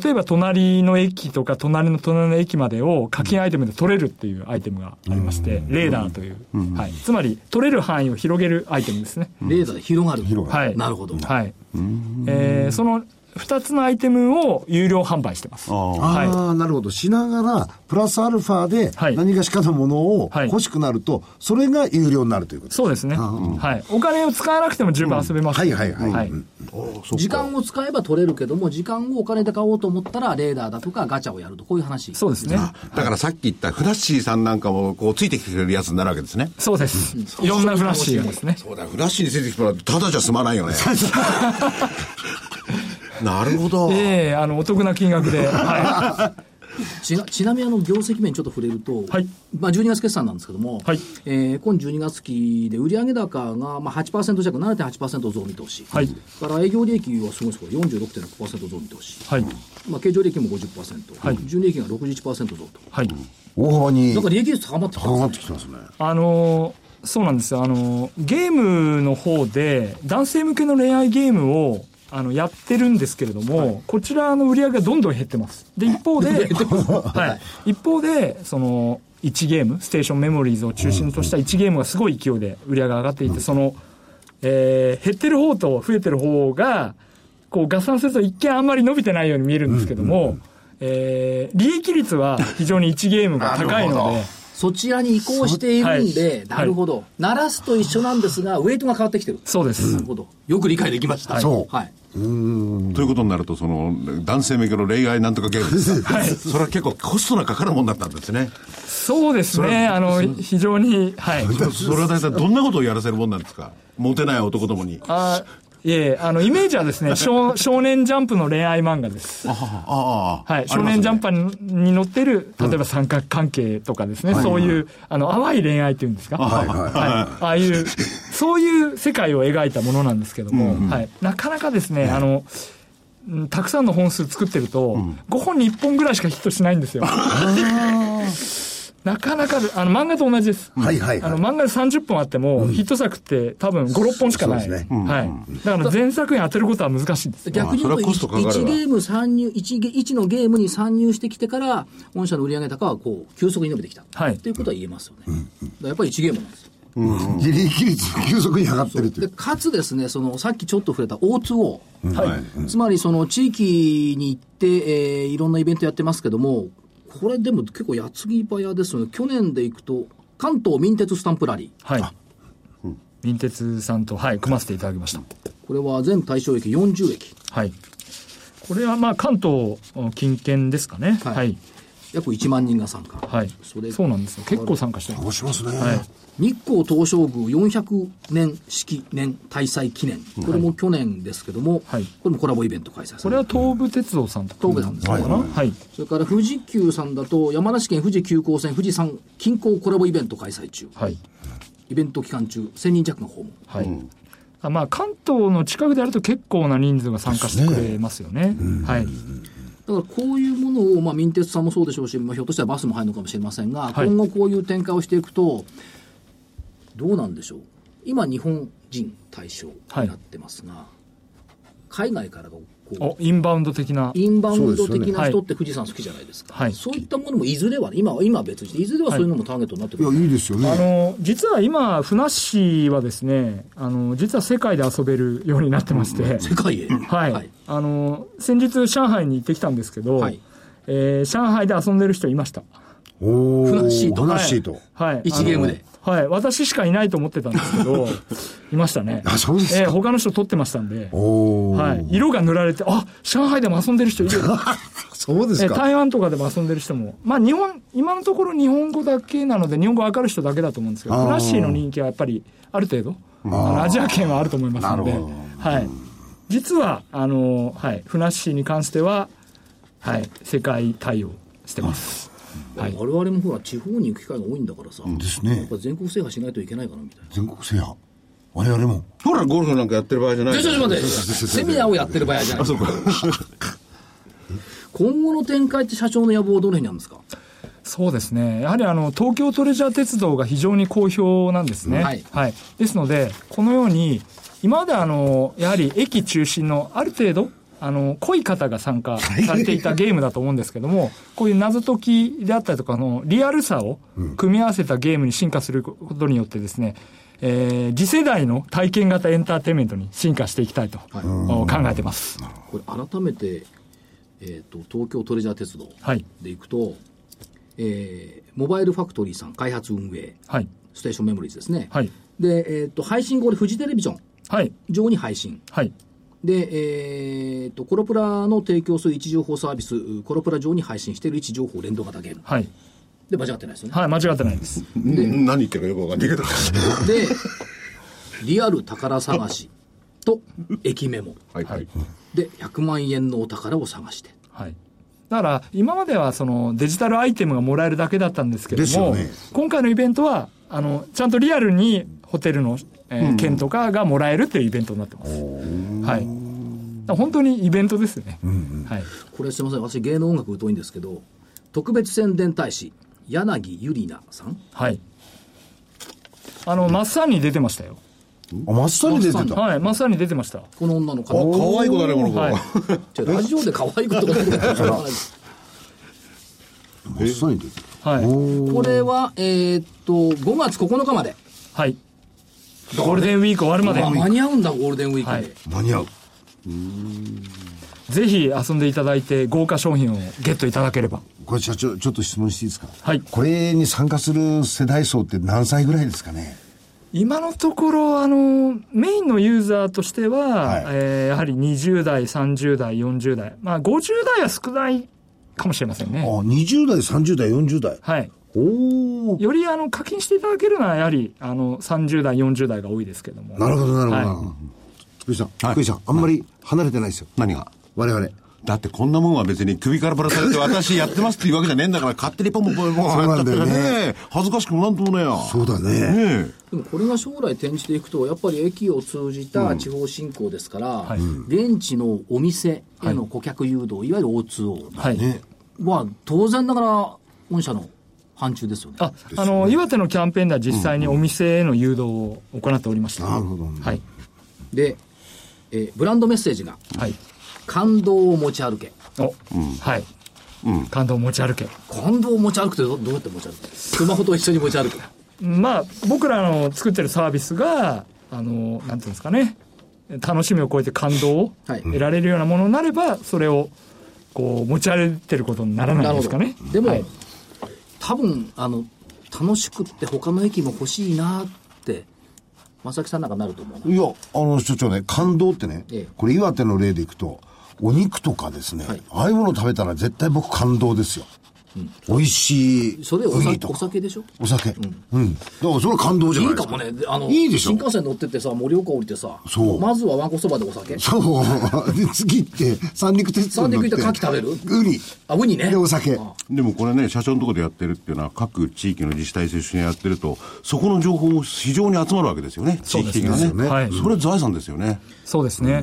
Speaker 9: 例えば隣の駅とか隣の隣の駅までを課金アイテムで取れるっていうアイテムがありまして、レーダーという、はい、つまり取れる範囲を広げるアイテムですね、
Speaker 1: レーザーで広がる。
Speaker 9: はい
Speaker 1: なるほど。
Speaker 9: はい。えーその2つのアイテムを有料販売してます。はい
Speaker 7: ああ、なるほど。しながら、プラスアルファで
Speaker 9: はい
Speaker 7: 何がしかのものを
Speaker 9: はい
Speaker 7: 欲しくなると、それが有料になるということ
Speaker 9: そうですね。はい。お金を使わなくても十分遊べます。
Speaker 7: はいはいはい
Speaker 9: はい。
Speaker 1: 時間を使えば取れるけども、時間をお金で買おうと思ったら、レーダーだとかガチャをやると、こういう話。
Speaker 9: そうですね。
Speaker 6: だからさっき言ったフラッシーさんなんかもこうついてきてくれるやつになるわけですね
Speaker 9: そうです。いろんなフラッシーがですね。
Speaker 6: そうだフラッシーについてきてもらうとただじゃ済まないよ ねなるほど、
Speaker 9: ええあの、お得な金額で。は
Speaker 1: ちなちなみにあの業績面にちょっと触れると、
Speaker 9: はい
Speaker 1: まあ、12月決算なんですけども、
Speaker 9: はい
Speaker 1: えー今12月期で売上高がまあ8%弱、7.8%増見通し、
Speaker 9: はい
Speaker 1: だから営業利益はすごいですこれ、46.6%増見通し、
Speaker 9: い。はい。
Speaker 1: まあ、経常利益も50%、
Speaker 9: はい
Speaker 1: 純利益が61%増と、
Speaker 9: はい。
Speaker 7: 大幅に
Speaker 1: なんか利益率高まってきたん
Speaker 7: 上
Speaker 1: ですね
Speaker 7: がってきてますね。
Speaker 9: あのーそうなんですよ。あのーゲームの方で、男性向けの恋愛ゲームを、あの、やってるんですけれども、こちらの売り上げがどんどん減ってます。で、一方で、はい。一方で、その、1ゲーム、ステーションメモリーズを中心とした1ゲームがすごい勢いで売り上げが上がっていて、その、えー減ってる方と増えてる方が、こう合算すると一見あんまり伸びてないように見えるんですけども、えー利益率は非常に1ゲームが高いので、
Speaker 1: そちらに移行しているんで、
Speaker 9: はい
Speaker 1: なるほど、鳴らすと一緒なんですが、ウェイトが変わってきてる、
Speaker 9: そうです。
Speaker 1: なるほど、よく理解できました。
Speaker 7: そう
Speaker 1: はい
Speaker 6: ということになるとその男性向けの恋愛なんとかゲームですか、それは結構コストがかかるもんだったんですね
Speaker 9: そうですね、あの非常に、 はい、
Speaker 6: それは大体どんなことをやらせるもんなんですかモテない男どもにあ
Speaker 9: あいえ、あのイメージはですね少、少年ジャンプの恋愛漫画です、は
Speaker 6: あああ
Speaker 9: い、少年ジャン
Speaker 6: プ
Speaker 9: パーに載ってる、例えば三角関係とかですね、そういうあの淡い恋愛っていうんですか、はいああいう、そういう世界を描いたものなんですけども、はい、なかなかですね、あのうんたくさんの本数作ってると、5本に1本ぐらいしかヒットしないんですよ。 なかなかで、あの漫画と同じです。
Speaker 7: はいはい
Speaker 9: あ
Speaker 7: は
Speaker 9: の
Speaker 7: い。
Speaker 9: 漫画で30本あっても、ヒット作って多分5、6本しかない。
Speaker 7: そうですね
Speaker 9: はい。だから前作に当てることは難しいです。
Speaker 1: 逆に言うと、
Speaker 6: まあそれはコストかかる
Speaker 1: 1
Speaker 6: わ
Speaker 1: ゲーム参入、1, ゲ1のゲームに参入してきてから、御社の売上高はこう急速に伸びてきた、
Speaker 9: はい
Speaker 1: ということは言えますよね。だからやっぱり1ゲームなんですよ
Speaker 7: 利益率が急速に上がってるとい
Speaker 1: で
Speaker 7: う。
Speaker 1: かつですねその、さっきちょっと触れた O2O、
Speaker 9: はい。
Speaker 1: つまりその地域に行って、えーいろんなイベントやってますけども、これでも結構矢継ぎ早ですよね、去年で行くと、関東民鉄スタンプラリー、
Speaker 9: はい。民鉄さんと、はい、組ませていただきました。
Speaker 1: これは全対象駅40駅、
Speaker 9: はい。これはまあ関東近県ですかね。
Speaker 1: はい
Speaker 9: はい。
Speaker 1: 約1万人が参加、
Speaker 9: はい。
Speaker 1: それ
Speaker 9: そうなんですよ。結構参加してます。
Speaker 7: どうしますね。
Speaker 9: はい。
Speaker 1: 日光東照宮400年式年大祭記念、これも去年ですけども、
Speaker 9: はい
Speaker 1: これもコラボイベント開催されて
Speaker 9: これは東武鉄道さんとか。
Speaker 1: 東武さんですね
Speaker 9: かなはい。
Speaker 1: それから富士急さんだと、山梨県富士急行線富士山近郊コラボイベント開催中、
Speaker 9: はい。
Speaker 1: イベント期間中、1000人弱の訪問。
Speaker 9: はい。あまあ、関東の近くであると結構な人数が参加してくれますよね。はい。
Speaker 1: だからこういうものを、まあ、民鉄さんもそうでしょうし、まあ、ひょっとしたらバスも入るのかもしれませんが、
Speaker 9: はい
Speaker 1: 今後こういう展開をしていくと、どうなんでしょう、今、日本人対象になってますが、海外からがこう
Speaker 9: お、インバウンド的な。
Speaker 1: インバウンド
Speaker 7: そうです
Speaker 1: 的
Speaker 7: よね
Speaker 1: な人って富士山好きじゃないですか。
Speaker 9: はい
Speaker 1: そういったものもいずれは、今は、今は別にして、いずれはそういうのもターゲットになってく
Speaker 7: い
Speaker 1: る。
Speaker 7: や、いいですよ
Speaker 9: あ
Speaker 7: ね。
Speaker 9: の、実は今、ふなっしーはですね、あの、実は世界で遊べるようになってまして、
Speaker 1: 世界へ。
Speaker 9: はい、
Speaker 1: はい
Speaker 9: あの、先日上海に行ってきたんですけど、
Speaker 1: はい
Speaker 9: えー上海で遊んでる人いました。
Speaker 7: おお。
Speaker 1: ふなっしーと
Speaker 7: ふなっしーと。
Speaker 9: はい。
Speaker 1: 一ゲームで
Speaker 9: あの。はい。私しかいないと思ってたんですけど、いましたね。
Speaker 7: あそうですか
Speaker 9: えー他の人撮ってましたんで。
Speaker 7: おお。
Speaker 9: はい。色が塗られて、あ、上海でも遊んでる人いる。
Speaker 7: そうです
Speaker 9: え
Speaker 7: か。
Speaker 9: 台湾とかでも遊んでる人も、まあ日本、今のところ日本語だけなので、日本語わかる人だけだと思うんですけど、
Speaker 7: あー
Speaker 9: フラッシーの人気はやっぱり、ある程度、あのアジア圏はあると思いますので、
Speaker 7: なるほ
Speaker 9: はい。実は、あの、はい、フラッシーに関しては、はい、世界対応してます。はい。
Speaker 1: 我々もほら、地方に行く機会が多いんだからさ、
Speaker 7: ですね
Speaker 1: やっぱ全国制覇しないといけないかなみたいな。
Speaker 7: 全国制覇。我々も。
Speaker 8: ほら、ゴルフなんかやってる場合じゃない
Speaker 1: ちょちょちょ待って、セミナーをやってる場合じゃない。今後の展開って社長の野望はどの辺にあるんですか
Speaker 9: そうですね。やはりあの、東京トレジャー鉄道が非常に好評なんですね。
Speaker 1: はい
Speaker 9: ですので、このように、今まであの、やはり駅中心のある程度、あの、濃い方が参加されていたゲームだと思うんですけども、こういう謎解きであったりとか、あの、リアルさを組み合わせたゲームに進化することによってですね、えー次世代の体験型エンターテインメントに進化していきたいと、考えてます。
Speaker 1: これ改めて、えー、と東京トレジャー鉄道
Speaker 9: はい
Speaker 1: で行くと、えーモバイルファクトリーさん開発運営
Speaker 9: はい。
Speaker 1: ステーションメモリーズですね、
Speaker 9: はい
Speaker 1: で、えー、と配信後でフジテレビジョン
Speaker 9: はい。
Speaker 1: 上に配信
Speaker 9: はい。
Speaker 1: で、えー、とコロプラの提供する位置情報サービスうコロプラ上に配信している位置情報連動型ゲーム
Speaker 9: はい。
Speaker 1: で間違ってないですよね、
Speaker 9: はい。間違ってないです。
Speaker 8: うん何言ってるかよくわかんない けど。
Speaker 1: でリアル宝探しと駅メモ
Speaker 8: はいはい。
Speaker 1: で100万円のお宝を探して
Speaker 9: はい。だから、今まではそのデジタルアイテムがもらえるだけだったんですけど
Speaker 7: です
Speaker 9: も、
Speaker 7: よね
Speaker 9: 今回のイベントは、あの、ちゃんとリアルにホテルの、えー券とかがもらえるっていうイベントになってます。はい。だから本当にイベントですね。はい。
Speaker 1: これすみません私芸能音楽疎いんですけど特別宣伝大使柳ゆりなさん
Speaker 9: はい。あの、マッサンに出てましたよ。
Speaker 7: あ、真っさに出てた。
Speaker 9: はい、マッサンに出てました。
Speaker 1: この女の
Speaker 8: あ、
Speaker 1: 方
Speaker 8: 可愛い子だね、この子。
Speaker 9: はい。
Speaker 1: ちょラジオで可愛いことが出てくるかもしれない
Speaker 7: 真っさに出てた。
Speaker 9: はい。
Speaker 1: これはえーっと5月9日まで
Speaker 9: はい。ゴールデンウィーク終わるまで
Speaker 1: あ、間に合うんだゴールデンウィークで、
Speaker 9: はい
Speaker 7: 間に合う。
Speaker 9: ぜひ遊んでいただいて、豪華商品をゲットいただければ。
Speaker 7: これ社長、ちょっと質問していいですか
Speaker 9: はい
Speaker 7: これに参加する世代層って何歳ぐらいですかね
Speaker 9: 今のところ、あの、メインのユーザーとしては、
Speaker 7: はい
Speaker 9: えーやはり20代、30代、40代。まあ、50代は少ないかもしれません
Speaker 7: あ、
Speaker 9: ね。
Speaker 7: 20代、30代、40代。
Speaker 9: はい。
Speaker 7: おお。
Speaker 9: より、あの、課金していただけるのは、やはり、あの、30代、40代が多いですけども。
Speaker 7: なるほど、なるほどなる
Speaker 9: は
Speaker 7: ほ
Speaker 9: い
Speaker 7: ど。福井さん、福井さん、あんまり離れてないですよ。
Speaker 6: 何が
Speaker 7: 我々。
Speaker 6: だってこんなもんは別に首からぶらされて私やってますっていうわけじゃねえんだから勝手にポンポンポンポン
Speaker 7: そうなんだよね
Speaker 6: え恥ずかしくもなんともねえや。
Speaker 7: そうだね。
Speaker 6: ね
Speaker 1: でもこれが将来転じていくとやっぱり駅を通じた地方振興ですから、
Speaker 9: い
Speaker 1: 現地のお店への顧客誘導、い、わゆる O2O
Speaker 9: はい。
Speaker 1: は当然ながら御社の範疇ですよね
Speaker 9: あ、あの、岩手のキャンペーンでは実際にお店への誘導を行っておりました。
Speaker 7: なるほどね
Speaker 9: はい。
Speaker 1: で、えーブランドメッセージが
Speaker 9: はい。
Speaker 1: 「感動を持ち歩け」
Speaker 9: お、はい。感動を持ち歩け。
Speaker 1: 感動を持ち歩くってどどうやって持ち歩くスマホと一緒に持ち歩 く
Speaker 9: まあ、僕らの作ってるサービスが、あの、なんていうんですかね、楽しみを超えて感動を
Speaker 1: はい
Speaker 9: 得られるようなものになれば、それを、こう、持ち歩いてることにならないんですかね。
Speaker 1: でも、
Speaker 9: はい
Speaker 1: 多分あの楽しくって他の駅も欲しいなって正木さんなんかなると思うない
Speaker 7: や、あの、所長ね、感動ってね
Speaker 1: ええ、
Speaker 7: これ岩手の例でいくと、お肉とかですね
Speaker 1: はい、
Speaker 7: ああいうもの食べたら絶対僕感動ですよ。美味しい。
Speaker 1: それお
Speaker 7: 麦
Speaker 1: 酒
Speaker 7: と
Speaker 1: お
Speaker 7: か。
Speaker 1: 酒でしょ
Speaker 7: お酒。うん。だからそれは感動じゃ
Speaker 1: い
Speaker 7: ない
Speaker 1: い
Speaker 7: です
Speaker 1: か
Speaker 7: か。
Speaker 1: もねあの
Speaker 7: いいでしょ
Speaker 1: 新。幹線乗ってってさ盛岡降りてさ
Speaker 7: そう
Speaker 1: まずはわんこそばでお酒
Speaker 7: そう。 で、次行って、三陸鉄道に乗って。
Speaker 1: 三陸行ったら牡蠣食べ
Speaker 7: ウニ。
Speaker 1: あウニね
Speaker 7: で、お酒。
Speaker 6: えでもこれね、社長のところでやってるっていうのは各地域の自治体と一緒にやってると、そこの情報も非常に集まるわけですよね。地域的な
Speaker 7: そう
Speaker 6: ね。
Speaker 7: ですよね
Speaker 9: はい
Speaker 6: それ財産ですよね。
Speaker 9: そうですね。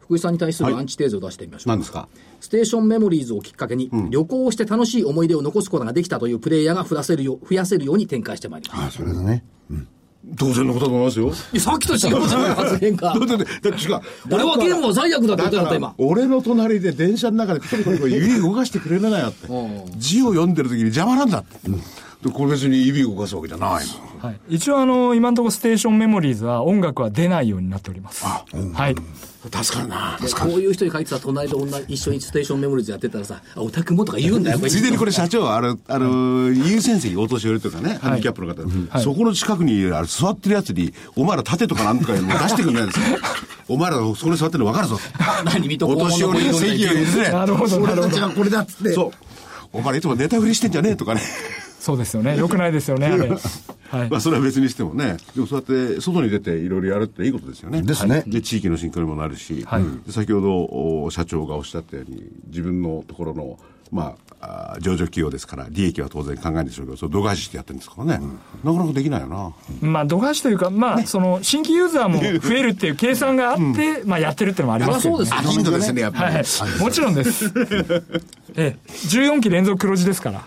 Speaker 1: 福井さんに対するアンチテーゼを出してみましょう、
Speaker 6: 何ですか
Speaker 1: ステーションメモリーズをきっかけに、旅行をして楽しい思い出を残すことができたというプレイヤーが増やせるよう増やせるように展開してまいります
Speaker 7: あ、それだね。
Speaker 6: 当然のことだと思い ますよ。
Speaker 1: いやさっきと違うじゃない発言 が
Speaker 6: だ。ってね、だって違う。
Speaker 1: 俺は言語罪悪だって言
Speaker 6: だ
Speaker 1: ってなか
Speaker 6: か
Speaker 1: った
Speaker 6: ら
Speaker 1: 今、。
Speaker 6: 俺の隣で電車の中でピコピコピコ指動かしてくれるなよって。字を読んでる時に邪魔なんだって。でこれ別に指動かすわけじゃないもん。
Speaker 9: はい、一応あの今のところステーションメモリーズは音楽は出ないようになっておりますはい
Speaker 6: 助かるな。
Speaker 1: でこういう人に書いてた隣で女一緒にステーションメモリーズやってたらさ、あオタクもとか言うん だよ、やっぱり
Speaker 6: ついでにこれ社長はあの、あの、優先席、お年寄りとかね、ハンディキャップの方、そこの近くにいるあれ座ってるやつに、お前ら盾とかなんとかいうの出してくんないんですよ。お前らそこに座ってるの分かるぞ。
Speaker 1: 何見とこ
Speaker 6: お年寄りに席を譲れ。
Speaker 9: なるほどなるほど
Speaker 12: じゃあこれだっつって。
Speaker 6: そう。お前らいつもネタ振りしてんじゃねえとかね。
Speaker 9: そうですよねよくないですよねあれ、はい
Speaker 6: まあそれは別にしてもね、でもそうやって外に出ていろいろやるっていいことですよね。
Speaker 7: ですね
Speaker 6: はいで、地域の振興にもなるし、
Speaker 9: はい
Speaker 6: うんで先ほどお社長がおっしゃったように、自分のところの、まあ、あー上場企業ですから、利益は当然考えないでしょうけど、それを度外視してやってるんですからね、なかなかできないよな。
Speaker 9: まあ度外視というかまあその新規ユーザーも増えるっていう計算があって、まあやってるってのもありますけど、ね、
Speaker 1: そ
Speaker 7: 頻度ですね、やっぱり。
Speaker 9: はい、もちろん です。ええ、14期連続黒字ですから。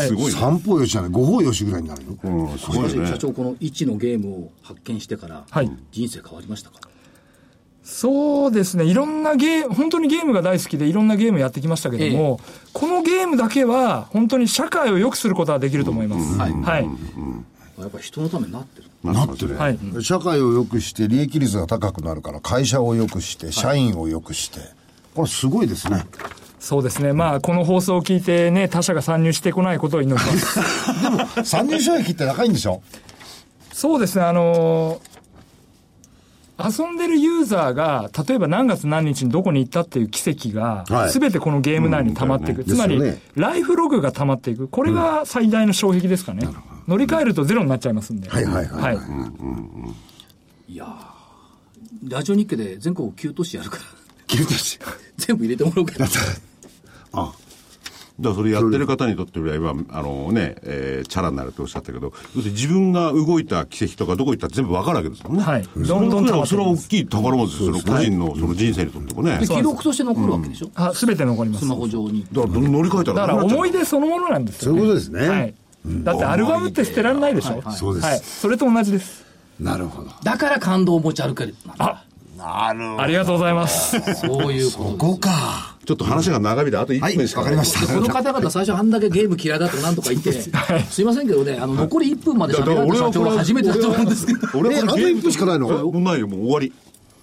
Speaker 6: すごいね。
Speaker 7: 三方よしじゃない、五方よしぐらいになるよ。
Speaker 6: うん、すごい
Speaker 1: 私
Speaker 6: よね
Speaker 1: 社。長、この1のゲームを発見してから
Speaker 9: はい、
Speaker 1: 人生変わりましたか、
Speaker 9: そうですね。いろんなゲーム、本当にゲームが大好きでいろんなゲームやってきましたけども、このゲームだけは本当に社会を良くすることはできると思います。はい。はい。
Speaker 1: やっぱり人のためになってる。
Speaker 7: なってる。
Speaker 9: はい。
Speaker 7: 社会を良くして、利益率が高くなるから、会社を良くして、社員を良くして。これすごいです ね。
Speaker 9: そうですね。まあ、この放送を聞いてね、他社が参入してこないことを祈ります。
Speaker 7: 参入障壁って高いんでしょ
Speaker 9: そうですね。あのー遊んでるユーザーが、例えば何月何日にどこに行ったっていう奇跡が
Speaker 7: は、い
Speaker 9: すべてこのゲーム内に溜まっていく。
Speaker 7: ん
Speaker 9: つまり、
Speaker 7: ですよね
Speaker 9: ライフログが溜まっていく。これが最大の障壁ですかね。乗り換えるとゼロになっちゃいますんで。
Speaker 7: はいはいはいはい
Speaker 1: いやーラジオ日経で全国9都市やるから。9都市 全部入れてもらおうかな。
Speaker 6: あだからそれやってる方にとっては今あのね、えーチャラになるとおっしゃったけど要するに自分が動いた奇跡とかどこ行ったら全部わかるわけですもんね、
Speaker 9: はい
Speaker 6: その
Speaker 9: どんどん溜まってきます
Speaker 6: それは大きい宝物ですよ、その個人のその人生にとってもね、
Speaker 1: で
Speaker 6: だか
Speaker 1: 記録として残るわけでしょ、
Speaker 9: あ、すべて残ります。
Speaker 1: スマホ上に。
Speaker 6: ら乗り換えたら
Speaker 9: だから
Speaker 6: なくなっちゃう
Speaker 9: 思い出そのものなんです
Speaker 7: そ
Speaker 9: よ、
Speaker 7: ういうこ
Speaker 9: ね。
Speaker 7: とですね。
Speaker 9: はい。だってアルバムって捨てられないでしょ。
Speaker 7: そうです
Speaker 9: はい。それと同じです。
Speaker 7: なるほど。
Speaker 1: だから感動を持ち歩ける。
Speaker 9: あ、
Speaker 7: なるほ
Speaker 9: ありがとうございます。
Speaker 1: そういうことです。
Speaker 7: こか。
Speaker 6: ちょっと話が長引いてあと1分しか
Speaker 7: わかりまし
Speaker 6: す
Speaker 7: た。
Speaker 1: この方々最初あんだけゲーム嫌いだとかなんとか言って、すいませんけどね、あの、残り1分まで
Speaker 6: だから
Speaker 1: 喋られた
Speaker 6: 俺
Speaker 1: 社
Speaker 6: はこ
Speaker 1: 長
Speaker 6: れ
Speaker 1: は初めてだと思うんですけど。
Speaker 6: 俺は
Speaker 7: えあと1分しかないの
Speaker 6: もうないよもう終わり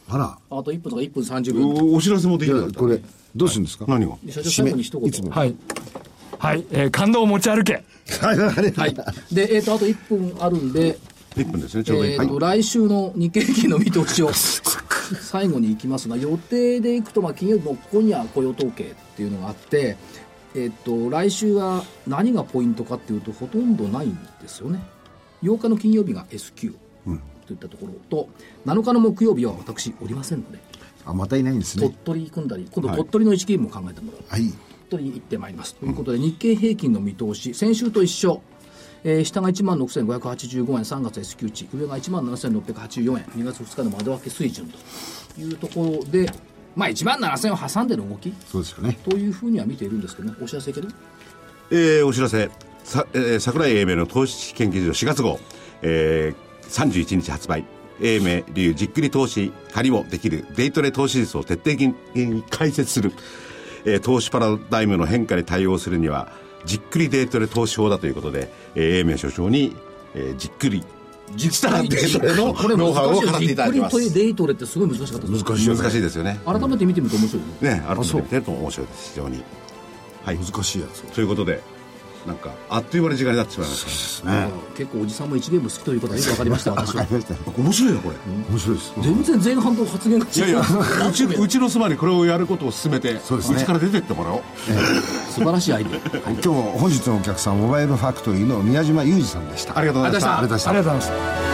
Speaker 7: あら、
Speaker 1: あと1分とか1分30秒。
Speaker 6: おお知らせもでき
Speaker 7: じゃ
Speaker 6: な
Speaker 7: あ
Speaker 6: かった
Speaker 7: これ、どうするんですか
Speaker 6: 何が
Speaker 1: で社長最後に一言。
Speaker 9: はい。はい。えー感動を持ち歩け。
Speaker 7: はいわかりま
Speaker 1: は
Speaker 7: し
Speaker 1: い。で、えっ、と、あと1分あるんで、
Speaker 6: 1分ですねちょうど
Speaker 1: え
Speaker 6: 1
Speaker 1: っ、
Speaker 6: 分、
Speaker 1: と、来週の日経平均の見通しを最後に行きますが、予定で行くと、まあ、金曜日もここには雇用統計っていうのがあって、えっ、と、来週は何がポイントかっていうと、ほとんどないんですよね。8日の金曜日が S q といったところと、7日の木曜日は私おりませんので、
Speaker 7: た。あ、またいないんです
Speaker 1: 鳥
Speaker 7: ね。
Speaker 1: 取行くんだり、今度鳥取の一ゲームも考えてもらう。
Speaker 7: はい。
Speaker 1: と行ってまいりますということで、日経平均の見通し先週と一緒、えー下が1万6585円3月 S q 値上が1万7684円2月2日の窓開け水準というところで、まあ、1万7000円を挟んでの動き
Speaker 7: そうですよね。
Speaker 1: というふうには見ているんですけどねお知らせいける
Speaker 6: えーお知らせさ、えー桜井英明の投資研究所4月号、えー、31日発売英明流じっくり投資借りもできるデイトレ投資術を徹底的に解説する、えー投資パラダイムの変化に対応するにはじっくりデイトレ投資法だということで、えー英明所長に、えーじっくりじっくりデイトレの
Speaker 1: これ
Speaker 6: ノウハウ
Speaker 1: 難
Speaker 6: を
Speaker 1: し
Speaker 6: 語
Speaker 1: い
Speaker 6: って
Speaker 1: じ
Speaker 6: い
Speaker 1: った
Speaker 6: だ
Speaker 1: く
Speaker 6: き
Speaker 1: り
Speaker 6: ます
Speaker 1: というデイトレってすごい難しかったです
Speaker 7: 難しいよね。
Speaker 6: 難しいですよね
Speaker 1: 改めて見てみると面白いよね
Speaker 6: ね改めて見てると面白いです非常にはい
Speaker 7: 難しいやつで
Speaker 6: ということでなんかあっという間に時間になってしまいました
Speaker 7: すね。
Speaker 1: 結構おじさんも1ゲーム好きということがよく分かりました私
Speaker 7: わ
Speaker 1: は
Speaker 7: かりました。
Speaker 6: 面白いよこれ
Speaker 7: 面白いです。
Speaker 1: 全然前半と発言が
Speaker 6: いやい
Speaker 1: 違
Speaker 6: や
Speaker 1: う
Speaker 6: うちうちの妻にこれをやることを勧めて
Speaker 7: そうですね
Speaker 6: ちから出てってもらおう
Speaker 1: 素晴らしいアイデア
Speaker 7: 今日、本日のお客さん、モバイルファクトリーの宮島裕二さんでした。
Speaker 6: ありがとうございました
Speaker 7: ありがとうございました
Speaker 9: ありがとうございました。